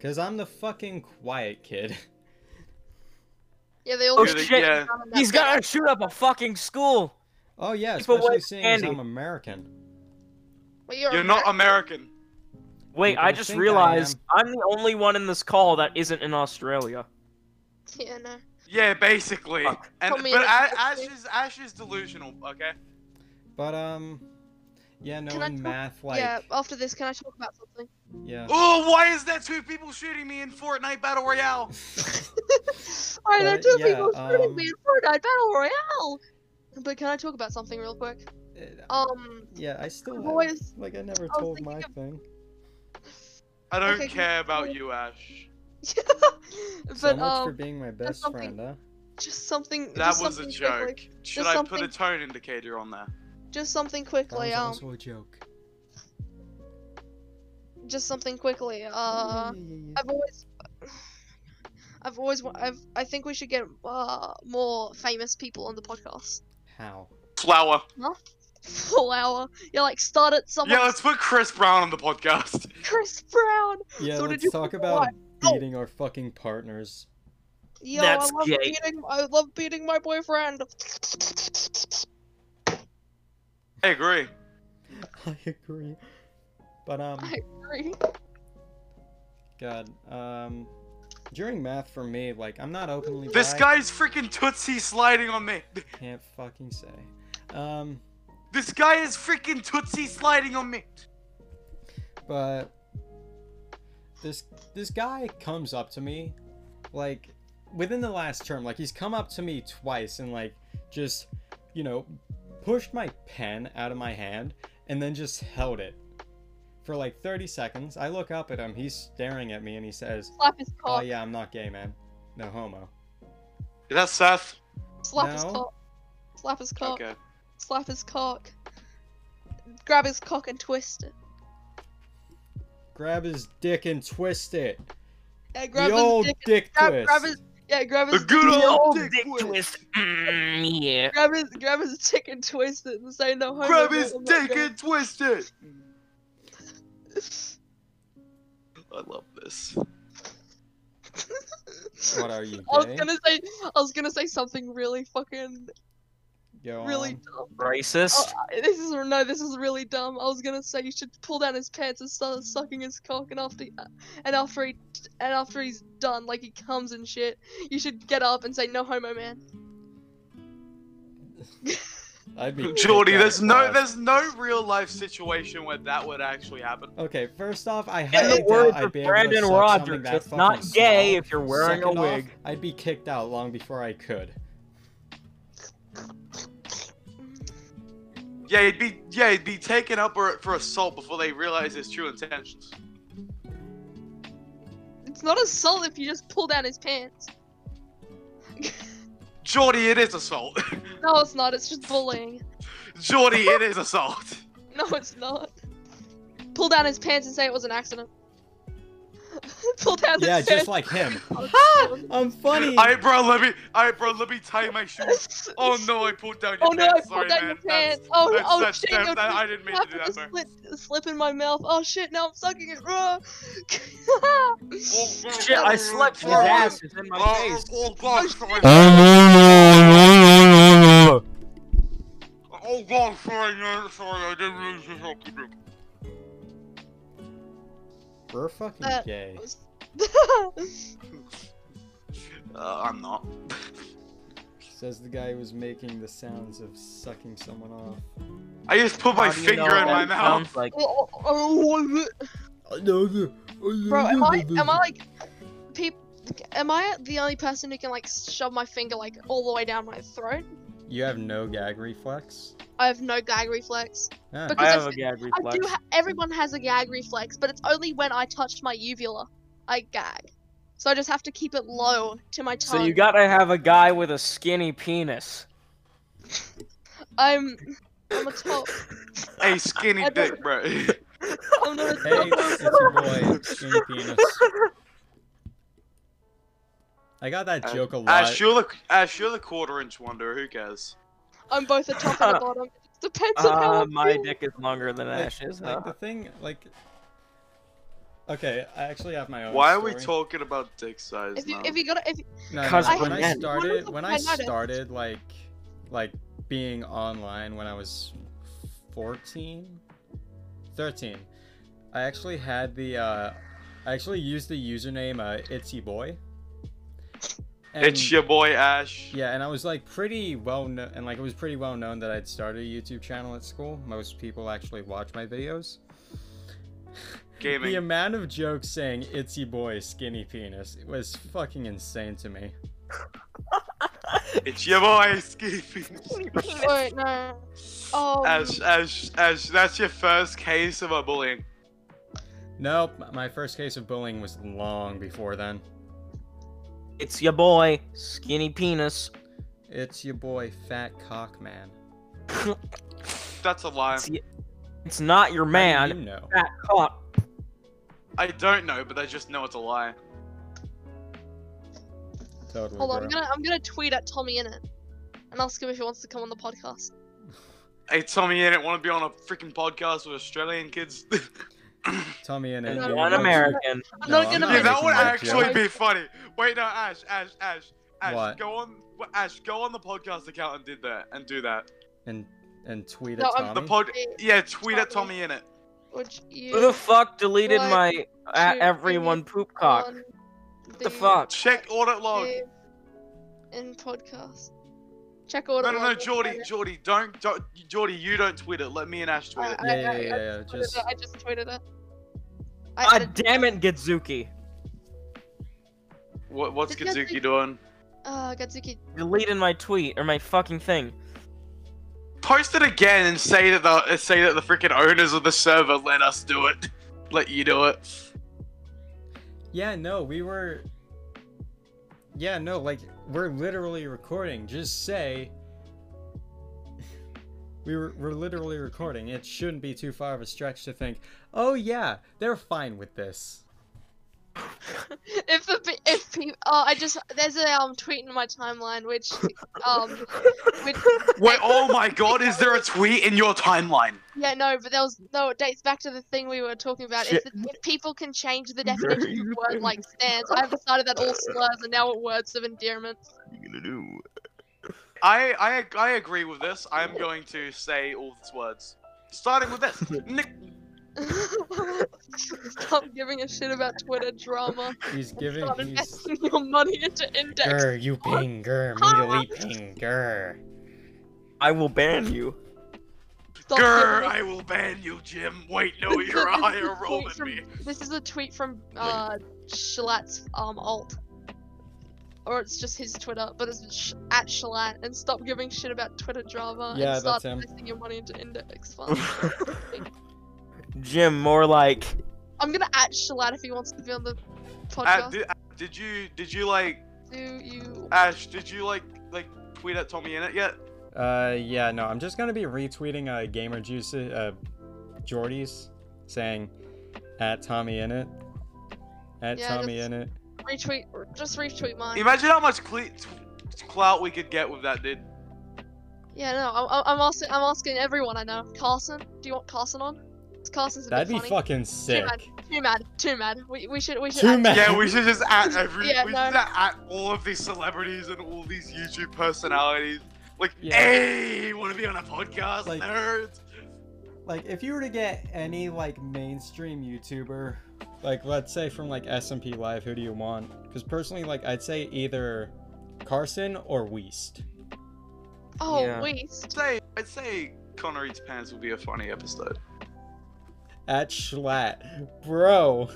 Speaker 2: cause I'm the fucking quiet kid.
Speaker 4: Yeah, they all.
Speaker 3: Oh,
Speaker 1: You're the-
Speaker 3: shit.
Speaker 1: Yeah.
Speaker 3: He's gotta shoot up a fucking school.
Speaker 2: Oh yeah,
Speaker 3: Keep away
Speaker 2: especially
Speaker 3: from
Speaker 2: seeing as
Speaker 3: Andy.
Speaker 2: I'm American.
Speaker 4: Well, you're
Speaker 1: You're not
Speaker 4: American.
Speaker 1: American.
Speaker 3: Wait,
Speaker 2: People
Speaker 3: I just
Speaker 2: think I
Speaker 3: realized I am the only one in this call that isn't in Australia.
Speaker 4: Yeah, no.
Speaker 1: Yeah, basically.
Speaker 3: Fuck.
Speaker 1: And
Speaker 4: Tell me
Speaker 1: but
Speaker 4: it-
Speaker 1: A- Ash is Ash is delusional. Okay.
Speaker 2: But um, yeah, no,
Speaker 4: Can I
Speaker 2: in
Speaker 4: talk-
Speaker 2: math, like,
Speaker 4: Yeah. After this, can I talk about something?
Speaker 2: yeah.
Speaker 1: Oh, why is there two people shooting me in Fortnite Battle Royale?
Speaker 4: I know
Speaker 2: Uh,
Speaker 4: two
Speaker 2: yeah,
Speaker 4: people shooting me in
Speaker 2: um,
Speaker 4: Fortnite Battle Royale. But can I talk about something real quick? Um,
Speaker 2: uh, Yeah, I still
Speaker 4: Boys,
Speaker 2: like I never
Speaker 4: was
Speaker 2: told
Speaker 4: thinking
Speaker 2: my
Speaker 4: of-
Speaker 2: thing.
Speaker 1: I don't
Speaker 4: Okay, can-
Speaker 1: care about you, Ash.
Speaker 4: but
Speaker 2: so much for
Speaker 4: um,
Speaker 2: being my best
Speaker 4: something-
Speaker 2: friend, huh?
Speaker 4: just something.
Speaker 1: That
Speaker 4: just
Speaker 1: was a
Speaker 4: something
Speaker 1: joke.
Speaker 4: Quickly.
Speaker 1: Should
Speaker 4: There's
Speaker 1: I put
Speaker 4: something-
Speaker 1: a tone indicator on there?
Speaker 4: Just something quickly. Um,
Speaker 2: a joke.
Speaker 4: just something quickly. Uh. I've always, I've always, wa- I've, I think we should get uh, more famous people on the podcast.
Speaker 2: How?
Speaker 1: Flower.
Speaker 4: Full hour. You're like, start at someone.
Speaker 1: Yeah, let's put Chris Brown on the podcast.
Speaker 4: Chris Brown.
Speaker 2: Yeah,
Speaker 4: So did
Speaker 2: let's
Speaker 4: you Oh.
Speaker 2: talk
Speaker 4: fucking
Speaker 2: about
Speaker 4: lie? No.
Speaker 2: beating our fucking partners.
Speaker 4: Yo,
Speaker 3: That's
Speaker 4: I love
Speaker 3: gay.
Speaker 4: beating. I love beating my boyfriend.
Speaker 1: I agree.
Speaker 2: I agree. But um,
Speaker 4: I agree.
Speaker 2: God, um, during math for me, like I'm not openly.
Speaker 1: This
Speaker 2: bi,
Speaker 1: guy's freaking Tootsie sliding on me.
Speaker 2: can't fucking say. Um,
Speaker 1: This guy is freaking Tootsie sliding on me.
Speaker 2: but this this guy comes up to me like within the last term like he's come up to me twice and like just you know pushed my pen out of my hand and then just held it for like 30 seconds i look up at him he's staring at me and he says
Speaker 4: Slap his
Speaker 2: oh
Speaker 4: cock.
Speaker 2: yeah i'm not gay man no homo
Speaker 1: Is that Seth?
Speaker 4: Slap his
Speaker 2: No.
Speaker 4: cock. Slap his cock.
Speaker 1: Okay.
Speaker 4: Slap his cock. Grab his cock and twist it.
Speaker 2: grab his dick and twist it
Speaker 4: Yeah, grab
Speaker 2: the
Speaker 4: his
Speaker 2: old
Speaker 4: dick.
Speaker 2: dick,
Speaker 4: and- grab,
Speaker 2: twist
Speaker 4: grab his. Yeah, grab
Speaker 1: The
Speaker 4: his.
Speaker 1: good
Speaker 3: The
Speaker 1: old
Speaker 3: old
Speaker 1: dick,
Speaker 3: dick
Speaker 1: twist.
Speaker 3: twist. Mm, yeah.
Speaker 4: Grab his, grab his dick and twist it and say no homo.
Speaker 1: Grab
Speaker 4: no,
Speaker 1: his
Speaker 4: I'm not
Speaker 1: dick
Speaker 4: gay."
Speaker 1: and twist it. I love this.
Speaker 2: what are you
Speaker 4: I was
Speaker 2: gay?
Speaker 4: gonna say I was gonna say something really fucking
Speaker 2: Go
Speaker 4: really
Speaker 2: on.
Speaker 4: dumb.
Speaker 3: Racist.
Speaker 4: I- This is no, this is really dumb. I was gonna say you should pull down his pants and start sucking his cock, and after and after he and after he's done, like he comes and shit, you should get up and say no homo, man.
Speaker 2: I'd be.
Speaker 1: Jordy,
Speaker 2: kicked out
Speaker 1: there's
Speaker 2: of
Speaker 1: no
Speaker 2: class.
Speaker 1: there's no real life situation where that would actually happen.
Speaker 2: Okay, first off, I
Speaker 3: In
Speaker 2: highly
Speaker 3: the words
Speaker 2: doubt I'd
Speaker 3: of
Speaker 2: be
Speaker 3: Brandon
Speaker 2: able to suck something
Speaker 3: Rogers,
Speaker 2: that
Speaker 3: it's
Speaker 2: fucking
Speaker 3: not gay
Speaker 2: small.
Speaker 3: if you're wearing a
Speaker 2: Second off,
Speaker 3: wig.
Speaker 2: I'd be kicked out long before I could.
Speaker 1: Yeah, it'd be yeah, it'd be taken up or- for assault before they realize his true intentions.
Speaker 4: It's not assault if you just pull down his pants.
Speaker 1: Jordy, it is assault.
Speaker 4: No, it's not. It's just bullying.
Speaker 1: Jordy, it is assault.
Speaker 4: No, it's not. Pull down his pants and say it was an accident. pull down his
Speaker 2: Yeah,
Speaker 4: pants.
Speaker 2: just like him. I'm funny.
Speaker 1: Alright, bro, let me. Alright, bro, let me tie my shoes. Oh no, I pulled down your
Speaker 4: Oh no, I
Speaker 1: pants. Sorry,
Speaker 4: pulled down
Speaker 1: man.
Speaker 4: your
Speaker 1: That's-
Speaker 4: pants. Oh,
Speaker 1: that's-
Speaker 4: oh
Speaker 1: that's-
Speaker 4: shit,
Speaker 1: that-
Speaker 4: no,
Speaker 1: that- I didn't mean to
Speaker 4: happened
Speaker 1: do that,
Speaker 4: to
Speaker 1: bro.
Speaker 4: slip, slip in my mouth. Oh shit, now I'm sucking it raw.
Speaker 1: Oh, bro,
Speaker 3: Shit, I slept his
Speaker 1: bro,
Speaker 3: ass is in my
Speaker 1: bro,
Speaker 3: face.
Speaker 1: Oh god, sorry. Oh god, sorry, man. Sorry, I didn't mean to help you.
Speaker 2: We're fucking
Speaker 4: Uh,
Speaker 2: gay.
Speaker 1: Uh, I'm not.
Speaker 2: Says the guy who was making the sounds of sucking someone off.
Speaker 1: I just put my
Speaker 3: How do you
Speaker 1: finger
Speaker 3: know
Speaker 1: in my
Speaker 3: that
Speaker 1: mouth.
Speaker 3: sounds like-
Speaker 4: Bro, am I am I like peop Am I the only person who can like shove my finger like all the way down my throat?
Speaker 2: You have no gag reflex.
Speaker 4: I have no gag reflex.
Speaker 2: Huh.
Speaker 4: Because
Speaker 3: I have
Speaker 4: I-
Speaker 3: a gag
Speaker 4: I do.
Speaker 3: reflex.
Speaker 4: Ha- everyone has a gag reflex, but it's only when I touch my uvula I gag. So I just have to keep it low to my tongue.
Speaker 3: So you gotta have a guy with a skinny penis.
Speaker 4: I'm. I'm a top.
Speaker 1: Hey, skinny
Speaker 4: I don't-
Speaker 1: dick, bro.
Speaker 4: I'm not a
Speaker 2: Hey,
Speaker 4: top.
Speaker 2: it's your boy, Skinny Penis. I got that
Speaker 1: Uh,
Speaker 2: joke a lot.
Speaker 1: Ash, you're the Ash, you're the quarter inch wonder. Who cares?
Speaker 4: I'm both a top and a bottom. It just depends
Speaker 1: Ah,
Speaker 4: on how
Speaker 3: Uh,
Speaker 4: I
Speaker 3: my
Speaker 4: feel.
Speaker 3: dick is longer than
Speaker 2: Like-
Speaker 3: Ash's.
Speaker 2: Like
Speaker 3: huh?
Speaker 2: the thing, like. Okay, I actually have my own.
Speaker 1: Why are we
Speaker 2: story.
Speaker 1: talking about dick size
Speaker 4: If you
Speaker 1: now?
Speaker 4: if you gotta if
Speaker 2: No, no,
Speaker 3: Cause
Speaker 2: no,
Speaker 3: I-
Speaker 2: when I
Speaker 3: Again.
Speaker 2: started,
Speaker 4: Wonderful
Speaker 2: when I
Speaker 4: Canada.
Speaker 2: started like, like being online when I was 14, 13, I actually had the, uh, I actually used the username uh, Itsy Boy.
Speaker 1: it's your boy Ash.
Speaker 2: Yeah, and I was like pretty well known, and like it was pretty well known that I'd started a YouTube channel at school. Most people actually watch my videos. The
Speaker 1: Gaming.
Speaker 2: amount of jokes saying "itsy boy, skinny penis" was fucking insane to me.
Speaker 1: It's your boy Skinny Penis.
Speaker 4: wait no. Oh.
Speaker 1: Ash, Ash, Ash. That's your first case of a bullying.
Speaker 2: Nope, m- my first case of bullying was long before then.
Speaker 3: It's your boy, skinny penis.
Speaker 2: It's your boy, Fat Cock Man.
Speaker 1: That's a lie.
Speaker 3: It's, y- it's not your
Speaker 2: How do
Speaker 3: man.
Speaker 2: you know?
Speaker 3: Fat cock.
Speaker 1: I don't know, but I just know it's a lie.
Speaker 2: Totally.
Speaker 4: Hold on, I'm
Speaker 2: bro.
Speaker 4: gonna I'm gonna tweet at Tommy in it, and ask him if he wants to come on the podcast.
Speaker 1: Hey, Tommy, I didn't want to be on a freaking podcast with Australian kids.
Speaker 2: Tell me in it.
Speaker 3: And
Speaker 4: No,
Speaker 2: dude.
Speaker 3: one
Speaker 4: no,
Speaker 3: American.
Speaker 4: I'm
Speaker 2: No,
Speaker 4: not
Speaker 2: I'm
Speaker 4: gonna.
Speaker 2: not
Speaker 1: yeah,
Speaker 4: make-
Speaker 1: that
Speaker 2: making
Speaker 1: would
Speaker 2: that
Speaker 1: actually
Speaker 2: joke.
Speaker 1: be funny. Wait, no, Ash, Ash, Ash, Ash,
Speaker 2: What?
Speaker 1: go on, Ash, go on the podcast account and did that, and do that.
Speaker 2: And and tweet
Speaker 4: No,
Speaker 2: at
Speaker 4: I'm-
Speaker 2: Tommy.
Speaker 1: The pod, yeah, tweet at
Speaker 4: Tommy.
Speaker 1: Tommy in it.
Speaker 4: Would
Speaker 3: Who the
Speaker 4: you
Speaker 3: fuck deleted
Speaker 4: What?
Speaker 3: my at
Speaker 4: Shoot,
Speaker 3: everyone poop cock?
Speaker 4: on
Speaker 3: What the fuck?
Speaker 1: Check audit log.
Speaker 4: in podcast. Check
Speaker 1: No,
Speaker 4: order.
Speaker 1: no, no, Jordy, Jordy, don't, don't, Jordy, you don't tweet it. Let me and Ash tweet it.
Speaker 4: I-
Speaker 2: yeah, yeah, yeah, yeah,
Speaker 4: I
Speaker 2: Just
Speaker 4: I just tweeted it. I
Speaker 3: God
Speaker 4: added-
Speaker 3: damn it, Gidzuki.
Speaker 1: What, what's
Speaker 4: Did you guys
Speaker 1: Kazuki
Speaker 4: think-
Speaker 1: doing?
Speaker 4: Uh, Gatsuki.
Speaker 3: Deleted my tweet or my fucking thing.
Speaker 1: Post it again and say that the say that the freaking owners of the server let us do it. Let you do it.
Speaker 2: yeah. No, we were. Yeah, no, like we're literally recording. Just say. We were, we're literally recording. It shouldn't be too far of a stretch to think, oh yeah, they're fine with this.
Speaker 4: If the pe- if people, oh, I just there's a um tweet in my timeline which um which
Speaker 1: Wait, oh my god, is there a tweet in your timeline?
Speaker 4: yeah no, but there was no it dates back to the thing we were talking about. If,
Speaker 3: Shit.
Speaker 4: the, if people can change the definition of word like stands, I've decided that all slurs are now words of endearment.
Speaker 1: I, I I agree with this. I'm going to say all these words. Starting with this. Nick
Speaker 4: Stop giving a shit about Twitter drama.
Speaker 2: He's giving.
Speaker 4: Start
Speaker 2: He's,
Speaker 4: investing your money into index.
Speaker 5: Grr, you ping, grr, meatily ping, grr.
Speaker 3: I will ban you.
Speaker 4: Stop
Speaker 1: Grr,
Speaker 4: saying
Speaker 1: I will ban you, Jim. Wait, no,
Speaker 4: This is
Speaker 1: Oh, you're
Speaker 4: a-
Speaker 1: a
Speaker 4: this is a
Speaker 1: higher
Speaker 4: tweet
Speaker 1: role than
Speaker 4: from-
Speaker 1: me.
Speaker 4: this. This is a tweet from uh Shalat's um alt, or it's just his Twitter, but it's sh- at Shalat. And stop giving shit about Twitter drama
Speaker 2: Yeah,
Speaker 4: and
Speaker 2: that's
Speaker 4: start
Speaker 2: him.
Speaker 4: investing your money into index funds.
Speaker 3: Jim, more like
Speaker 4: I'm gonna at Shalat if he wants to be on the
Speaker 1: Uh,
Speaker 4: podcast.
Speaker 1: did, uh, did you did you like
Speaker 4: Do you?
Speaker 1: Ash? Did you like like tweet at Tommy in it yet?
Speaker 2: Uh, yeah, no, I'm just gonna be retweeting uh, Gamer Juice, uh, Jordy's saying, at Tommy in it, at
Speaker 4: Yeah,
Speaker 2: Tommy
Speaker 4: just-
Speaker 2: in it.
Speaker 4: retweet or just retweet mine.
Speaker 1: Imagine how much cle- t- clout we could get with that, dude.
Speaker 4: yeah, no, I'm, I'm asking. I'm asking everyone I know. Carson, do you want Carson on? 'Cause Carson's a
Speaker 2: That'd
Speaker 4: bit
Speaker 2: be
Speaker 4: funny.
Speaker 2: fucking sick.
Speaker 4: Too mad. Too mad. We, we should. We should.
Speaker 2: Too
Speaker 4: add-
Speaker 2: mad.
Speaker 1: Yeah, we should just at every
Speaker 4: Yeah,
Speaker 1: we
Speaker 4: no.
Speaker 1: should at all of these celebrities and all these YouTube personalities. Like,
Speaker 2: Yeah.
Speaker 1: hey, want to be on a podcast,
Speaker 2: Like-
Speaker 1: nerds?
Speaker 2: Like, if you were to get any like mainstream YouTuber, like let's say from like SMP Live, who do you want? Because personally, like I'd say either Carson or Weast.
Speaker 4: Oh,
Speaker 3: Yeah.
Speaker 1: I'd
Speaker 4: waste.
Speaker 1: say I'd say Connor eats pants would be a funny episode.
Speaker 2: At Schlatt, bro.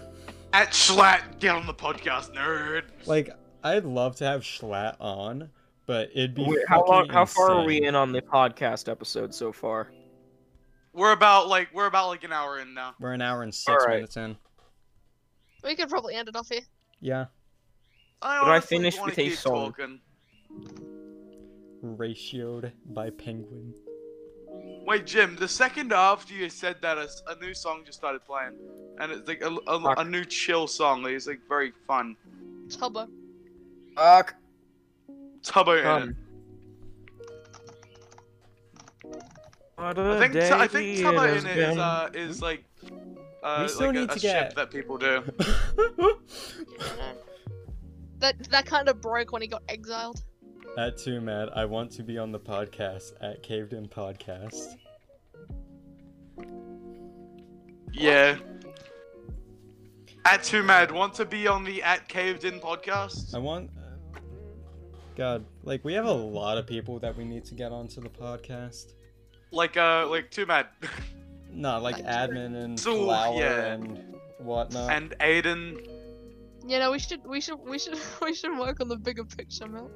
Speaker 1: At Schlatt, get on the podcast, nerd.
Speaker 2: Like I'd love to have Schlatt on, but it'd be
Speaker 3: Wait, how long,
Speaker 2: fucking
Speaker 3: how far are we
Speaker 2: insane.
Speaker 3: in on the podcast episode so far?
Speaker 1: We're about like we're about like an hour in now.
Speaker 2: We're an hour and six
Speaker 3: Alright.
Speaker 2: minutes in.
Speaker 4: We could probably end it off here.
Speaker 2: Yeah,
Speaker 1: I
Speaker 3: But I
Speaker 1: honestly
Speaker 3: finished
Speaker 1: wanna
Speaker 3: with a
Speaker 1: keep
Speaker 3: song.
Speaker 1: talking.
Speaker 2: ratioed by Penguin.
Speaker 1: Wait, Jim. The second after you said that, a, s- a new song just started playing, and it's like a, a,
Speaker 3: Fuck.
Speaker 1: a new chill song. It's like very fun.
Speaker 4: Tubbo.
Speaker 3: Fuck.
Speaker 1: Tubbo in it.
Speaker 3: Um, what a
Speaker 1: I think
Speaker 3: day
Speaker 1: I think Tubbo
Speaker 3: has
Speaker 1: in it is
Speaker 3: been.
Speaker 1: uh is like uh
Speaker 2: We still
Speaker 1: like a,
Speaker 2: need
Speaker 1: a
Speaker 2: to
Speaker 1: ship
Speaker 2: get-
Speaker 1: that people do.
Speaker 4: That that kind of broke when he got exiled.
Speaker 2: At too mad, I want to be on the podcast at Caved In Podcast.
Speaker 1: Yeah. At too mad want to be on the at caved in podcast.
Speaker 2: I want. God, like we have a lot of people that we need to get onto the podcast.
Speaker 1: Like uh like too mad
Speaker 2: Nah, like admin and
Speaker 1: So,
Speaker 2: flower
Speaker 1: yeah.
Speaker 2: and whatnot.
Speaker 1: and Aiden.
Speaker 4: You know, we should we should we should we should work on the bigger picture, man.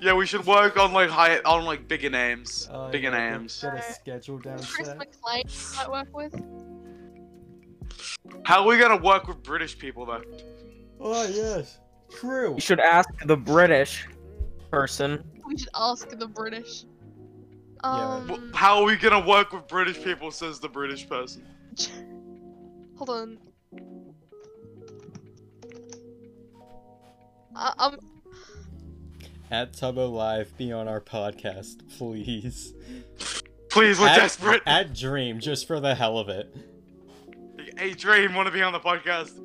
Speaker 1: Yeah, we should work on like high on like bigger names,
Speaker 2: Uh,
Speaker 1: bigger
Speaker 2: yeah, we'll
Speaker 1: names.
Speaker 2: Get a schedule down.
Speaker 4: Chris
Speaker 2: set.
Speaker 4: McLean might work with.
Speaker 1: How are we gonna work with British people though?
Speaker 2: Oh yes, true.
Speaker 3: You should ask the British person.
Speaker 4: We should ask the British.
Speaker 1: Wh-
Speaker 4: Um,
Speaker 1: How are we gonna work with British people? Says the British person.
Speaker 4: hold on. I, I'm
Speaker 2: At Tubbo Live, be on our podcast, please.
Speaker 1: Please, we're
Speaker 2: at,
Speaker 1: desperate.
Speaker 2: At Dream, just for the hell of it.
Speaker 1: Hey, Dream, want to be on the podcast?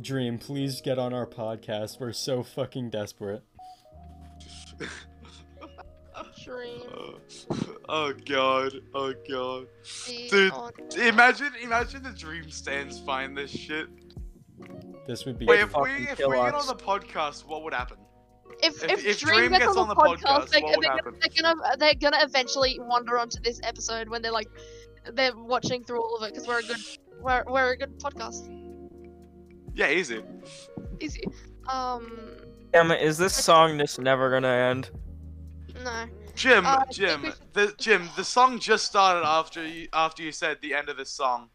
Speaker 2: Dream, please get on our podcast. We're so fucking desperate.
Speaker 4: dream
Speaker 1: Oh, oh god, oh god.
Speaker 4: be
Speaker 1: Dude,
Speaker 4: on-
Speaker 1: Imagine, imagine the dream stands find this shit.
Speaker 2: This would be.
Speaker 1: Wait, if we
Speaker 3: fucking
Speaker 1: if we
Speaker 3: kill
Speaker 1: get
Speaker 3: us.
Speaker 1: on the podcast, what would happen?
Speaker 4: If,
Speaker 1: If-
Speaker 4: if,
Speaker 1: if
Speaker 4: Dream, gets, on the podcast, they,
Speaker 1: what would
Speaker 4: they're, gonna,
Speaker 1: happen?
Speaker 4: they're gonna they're gonna eventually wander onto this episode when they're like they're watching through all of it because we're a good we're, we're a good podcast.
Speaker 1: Yeah, easy.
Speaker 4: Easy. Um,
Speaker 3: Emma, is this song just never gonna end?
Speaker 4: no.
Speaker 1: Jim,
Speaker 4: Uh, I think we
Speaker 1: Jim,
Speaker 4: should-
Speaker 1: the Jim, the song just started after you after you said the end of this song.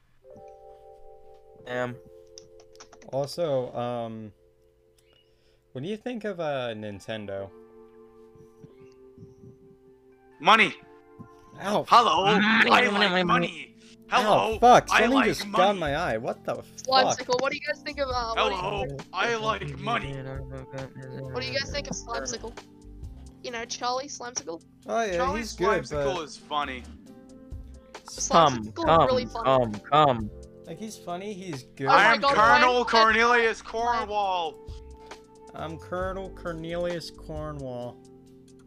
Speaker 3: Damn.
Speaker 2: Also, um, what do you think of uh Nintendo?
Speaker 1: Money.
Speaker 2: Ow!
Speaker 1: Hello.
Speaker 3: Money,
Speaker 1: I
Speaker 3: money, money,
Speaker 1: like money. Hello.
Speaker 2: Ow, Oh, fuck!
Speaker 1: I
Speaker 2: Something
Speaker 1: like
Speaker 2: just got
Speaker 1: money.
Speaker 2: my eye. What the fuck?
Speaker 4: Slimesicle. What do you guys think of uh, what do you-
Speaker 1: Hello. I like money.
Speaker 4: What do you guys think of Slimesicle? You know, Charlie Slimesicle.
Speaker 2: Oh yeah,
Speaker 1: Charlie
Speaker 2: he's good,
Speaker 1: Slimesicle
Speaker 2: but
Speaker 1: is funny.
Speaker 3: Come,
Speaker 4: Slimesicle
Speaker 3: come,
Speaker 4: is really funny.
Speaker 3: come, come.
Speaker 2: like he's funny. He's good.
Speaker 4: Oh my
Speaker 1: I am
Speaker 4: God,
Speaker 1: Colonel
Speaker 4: Ryan-
Speaker 1: Cornelius Cornwall.
Speaker 2: I'm Colonel Cornelius Cornwall.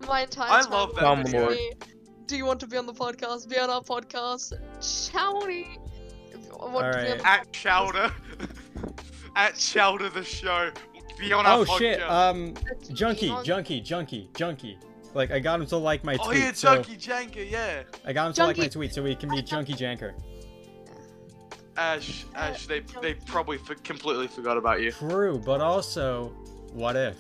Speaker 4: My entire
Speaker 1: I
Speaker 4: time
Speaker 1: love that
Speaker 4: was
Speaker 3: video.
Speaker 4: me, Do you want to be on the podcast? Be on our podcast, Charlie. Want to be on
Speaker 2: Alright.
Speaker 4: the-
Speaker 1: at Chowder. at Chowder the show. Be on our
Speaker 2: Oh
Speaker 1: podcast.
Speaker 2: shit! Um,
Speaker 4: Let's be
Speaker 2: junkie,
Speaker 4: on-
Speaker 2: junkie, junkie, junkie. Like I got him to like my tweet.
Speaker 1: Oh yeah,
Speaker 2: so
Speaker 1: Chunky Janker, yeah.
Speaker 2: I got him to like my tweet so he can be Junkie Janker.
Speaker 1: Ash, Ash, they they probably f- completely forgot about you.
Speaker 2: True, but also, what if?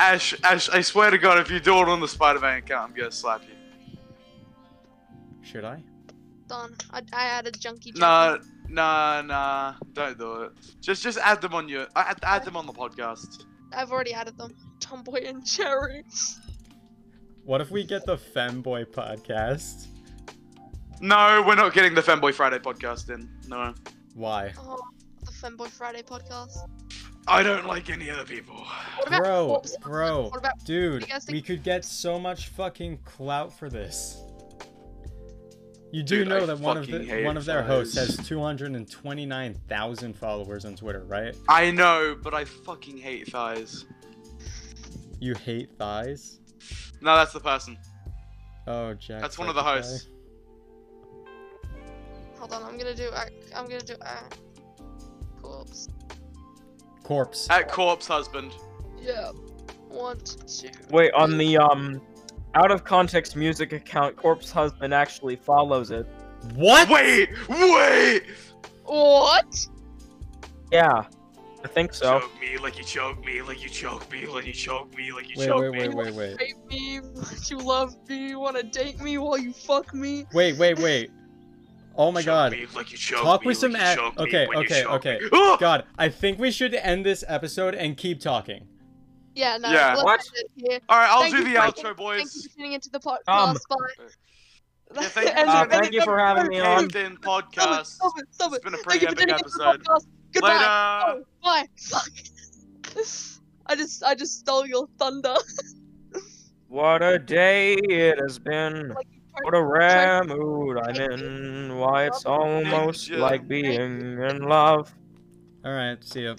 Speaker 1: Ash, Ash, I swear to God, if you do it on the Spider-Man account, I'm gonna slap you.
Speaker 2: Should I?
Speaker 4: Done. I, I added junkie.
Speaker 1: Nah, nah, nah, don't do it. Just just add them on your, add, add them on the podcast.
Speaker 4: junkie. I've already added them. Tomboy and Cherry.
Speaker 2: What if we get the Femboy podcast?
Speaker 1: No, we're not getting the Fanboy Friday podcast in. No,
Speaker 2: Why?
Speaker 4: Oh, the Femboy Friday podcast.
Speaker 1: I don't like any other people.
Speaker 4: What about
Speaker 2: Bro,
Speaker 4: Forbes?
Speaker 2: bro,
Speaker 4: What about
Speaker 2: dude,
Speaker 4: you guys think-
Speaker 2: we could get so much fucking clout for this. You do
Speaker 1: Dude,
Speaker 2: know
Speaker 1: I
Speaker 2: that one of
Speaker 1: fucking
Speaker 2: the,
Speaker 1: hate
Speaker 2: one of their hosts
Speaker 1: Fridays.
Speaker 2: has 229,000 followers on Twitter, right?
Speaker 1: I know, but I fucking hate thighs.
Speaker 2: You hate thighs?
Speaker 1: No, that's the person.
Speaker 2: Oh, Jack.
Speaker 1: That's one of the hosts.
Speaker 4: Hold on, I'm gonna do. I, I'm gonna do. Uh, corpse.
Speaker 2: Corpse.
Speaker 1: At corpse husband.
Speaker 4: Yeah. One, two.
Speaker 3: Wait, on the um out of context music account, Corpse Husband actually follows it.
Speaker 2: What?
Speaker 1: Wait, wait.
Speaker 4: What?
Speaker 3: Yeah. I think so.
Speaker 1: Choke me like you choke me like you choke me like you choke me like you
Speaker 2: Wait,
Speaker 1: choke
Speaker 2: wait,
Speaker 1: me.
Speaker 2: wait, wait, wait.
Speaker 4: Hate me? You love me? You wanna date me while you fuck me?
Speaker 2: Wait, wait, wait. Oh my
Speaker 1: Choke
Speaker 2: god.
Speaker 1: me like you choke
Speaker 2: Talk
Speaker 1: me
Speaker 2: with
Speaker 1: like
Speaker 2: some
Speaker 1: you
Speaker 2: ad-
Speaker 1: choke me
Speaker 2: okay,
Speaker 1: when you
Speaker 2: okay,
Speaker 1: choke me.
Speaker 2: okay.
Speaker 1: Ah!
Speaker 2: God, I think we should end this episode and keep talking.
Speaker 4: Yeah. No.
Speaker 1: Yeah.
Speaker 4: let's
Speaker 3: What?
Speaker 4: end it here.
Speaker 1: All right, I'll
Speaker 4: Thank
Speaker 1: do
Speaker 4: you
Speaker 1: the
Speaker 4: for-
Speaker 1: outro,
Speaker 4: Thank you
Speaker 1: boys.
Speaker 4: for tuning into the podcast.
Speaker 3: Um,
Speaker 4: Bye.
Speaker 1: Yeah, thank you,
Speaker 4: And-
Speaker 3: Uh,
Speaker 1: for-
Speaker 4: and-
Speaker 3: thank you for having me on.
Speaker 1: Caved in
Speaker 4: Stop it!
Speaker 1: podcast.
Speaker 4: Stop it! Stop
Speaker 1: It's
Speaker 4: it!
Speaker 1: been a
Speaker 4: Thank
Speaker 1: pretty
Speaker 4: you for
Speaker 1: epic
Speaker 4: tuning into the
Speaker 1: episode.
Speaker 4: podcast. Goodbye.
Speaker 1: Later.
Speaker 4: Oh, bye. Fuck. I just I just stole your thunder.
Speaker 3: What a day it has been.
Speaker 4: like you
Speaker 3: What a rare mood I'm in. Why it's almost
Speaker 1: you.
Speaker 3: like being in love.
Speaker 2: All right, see ya.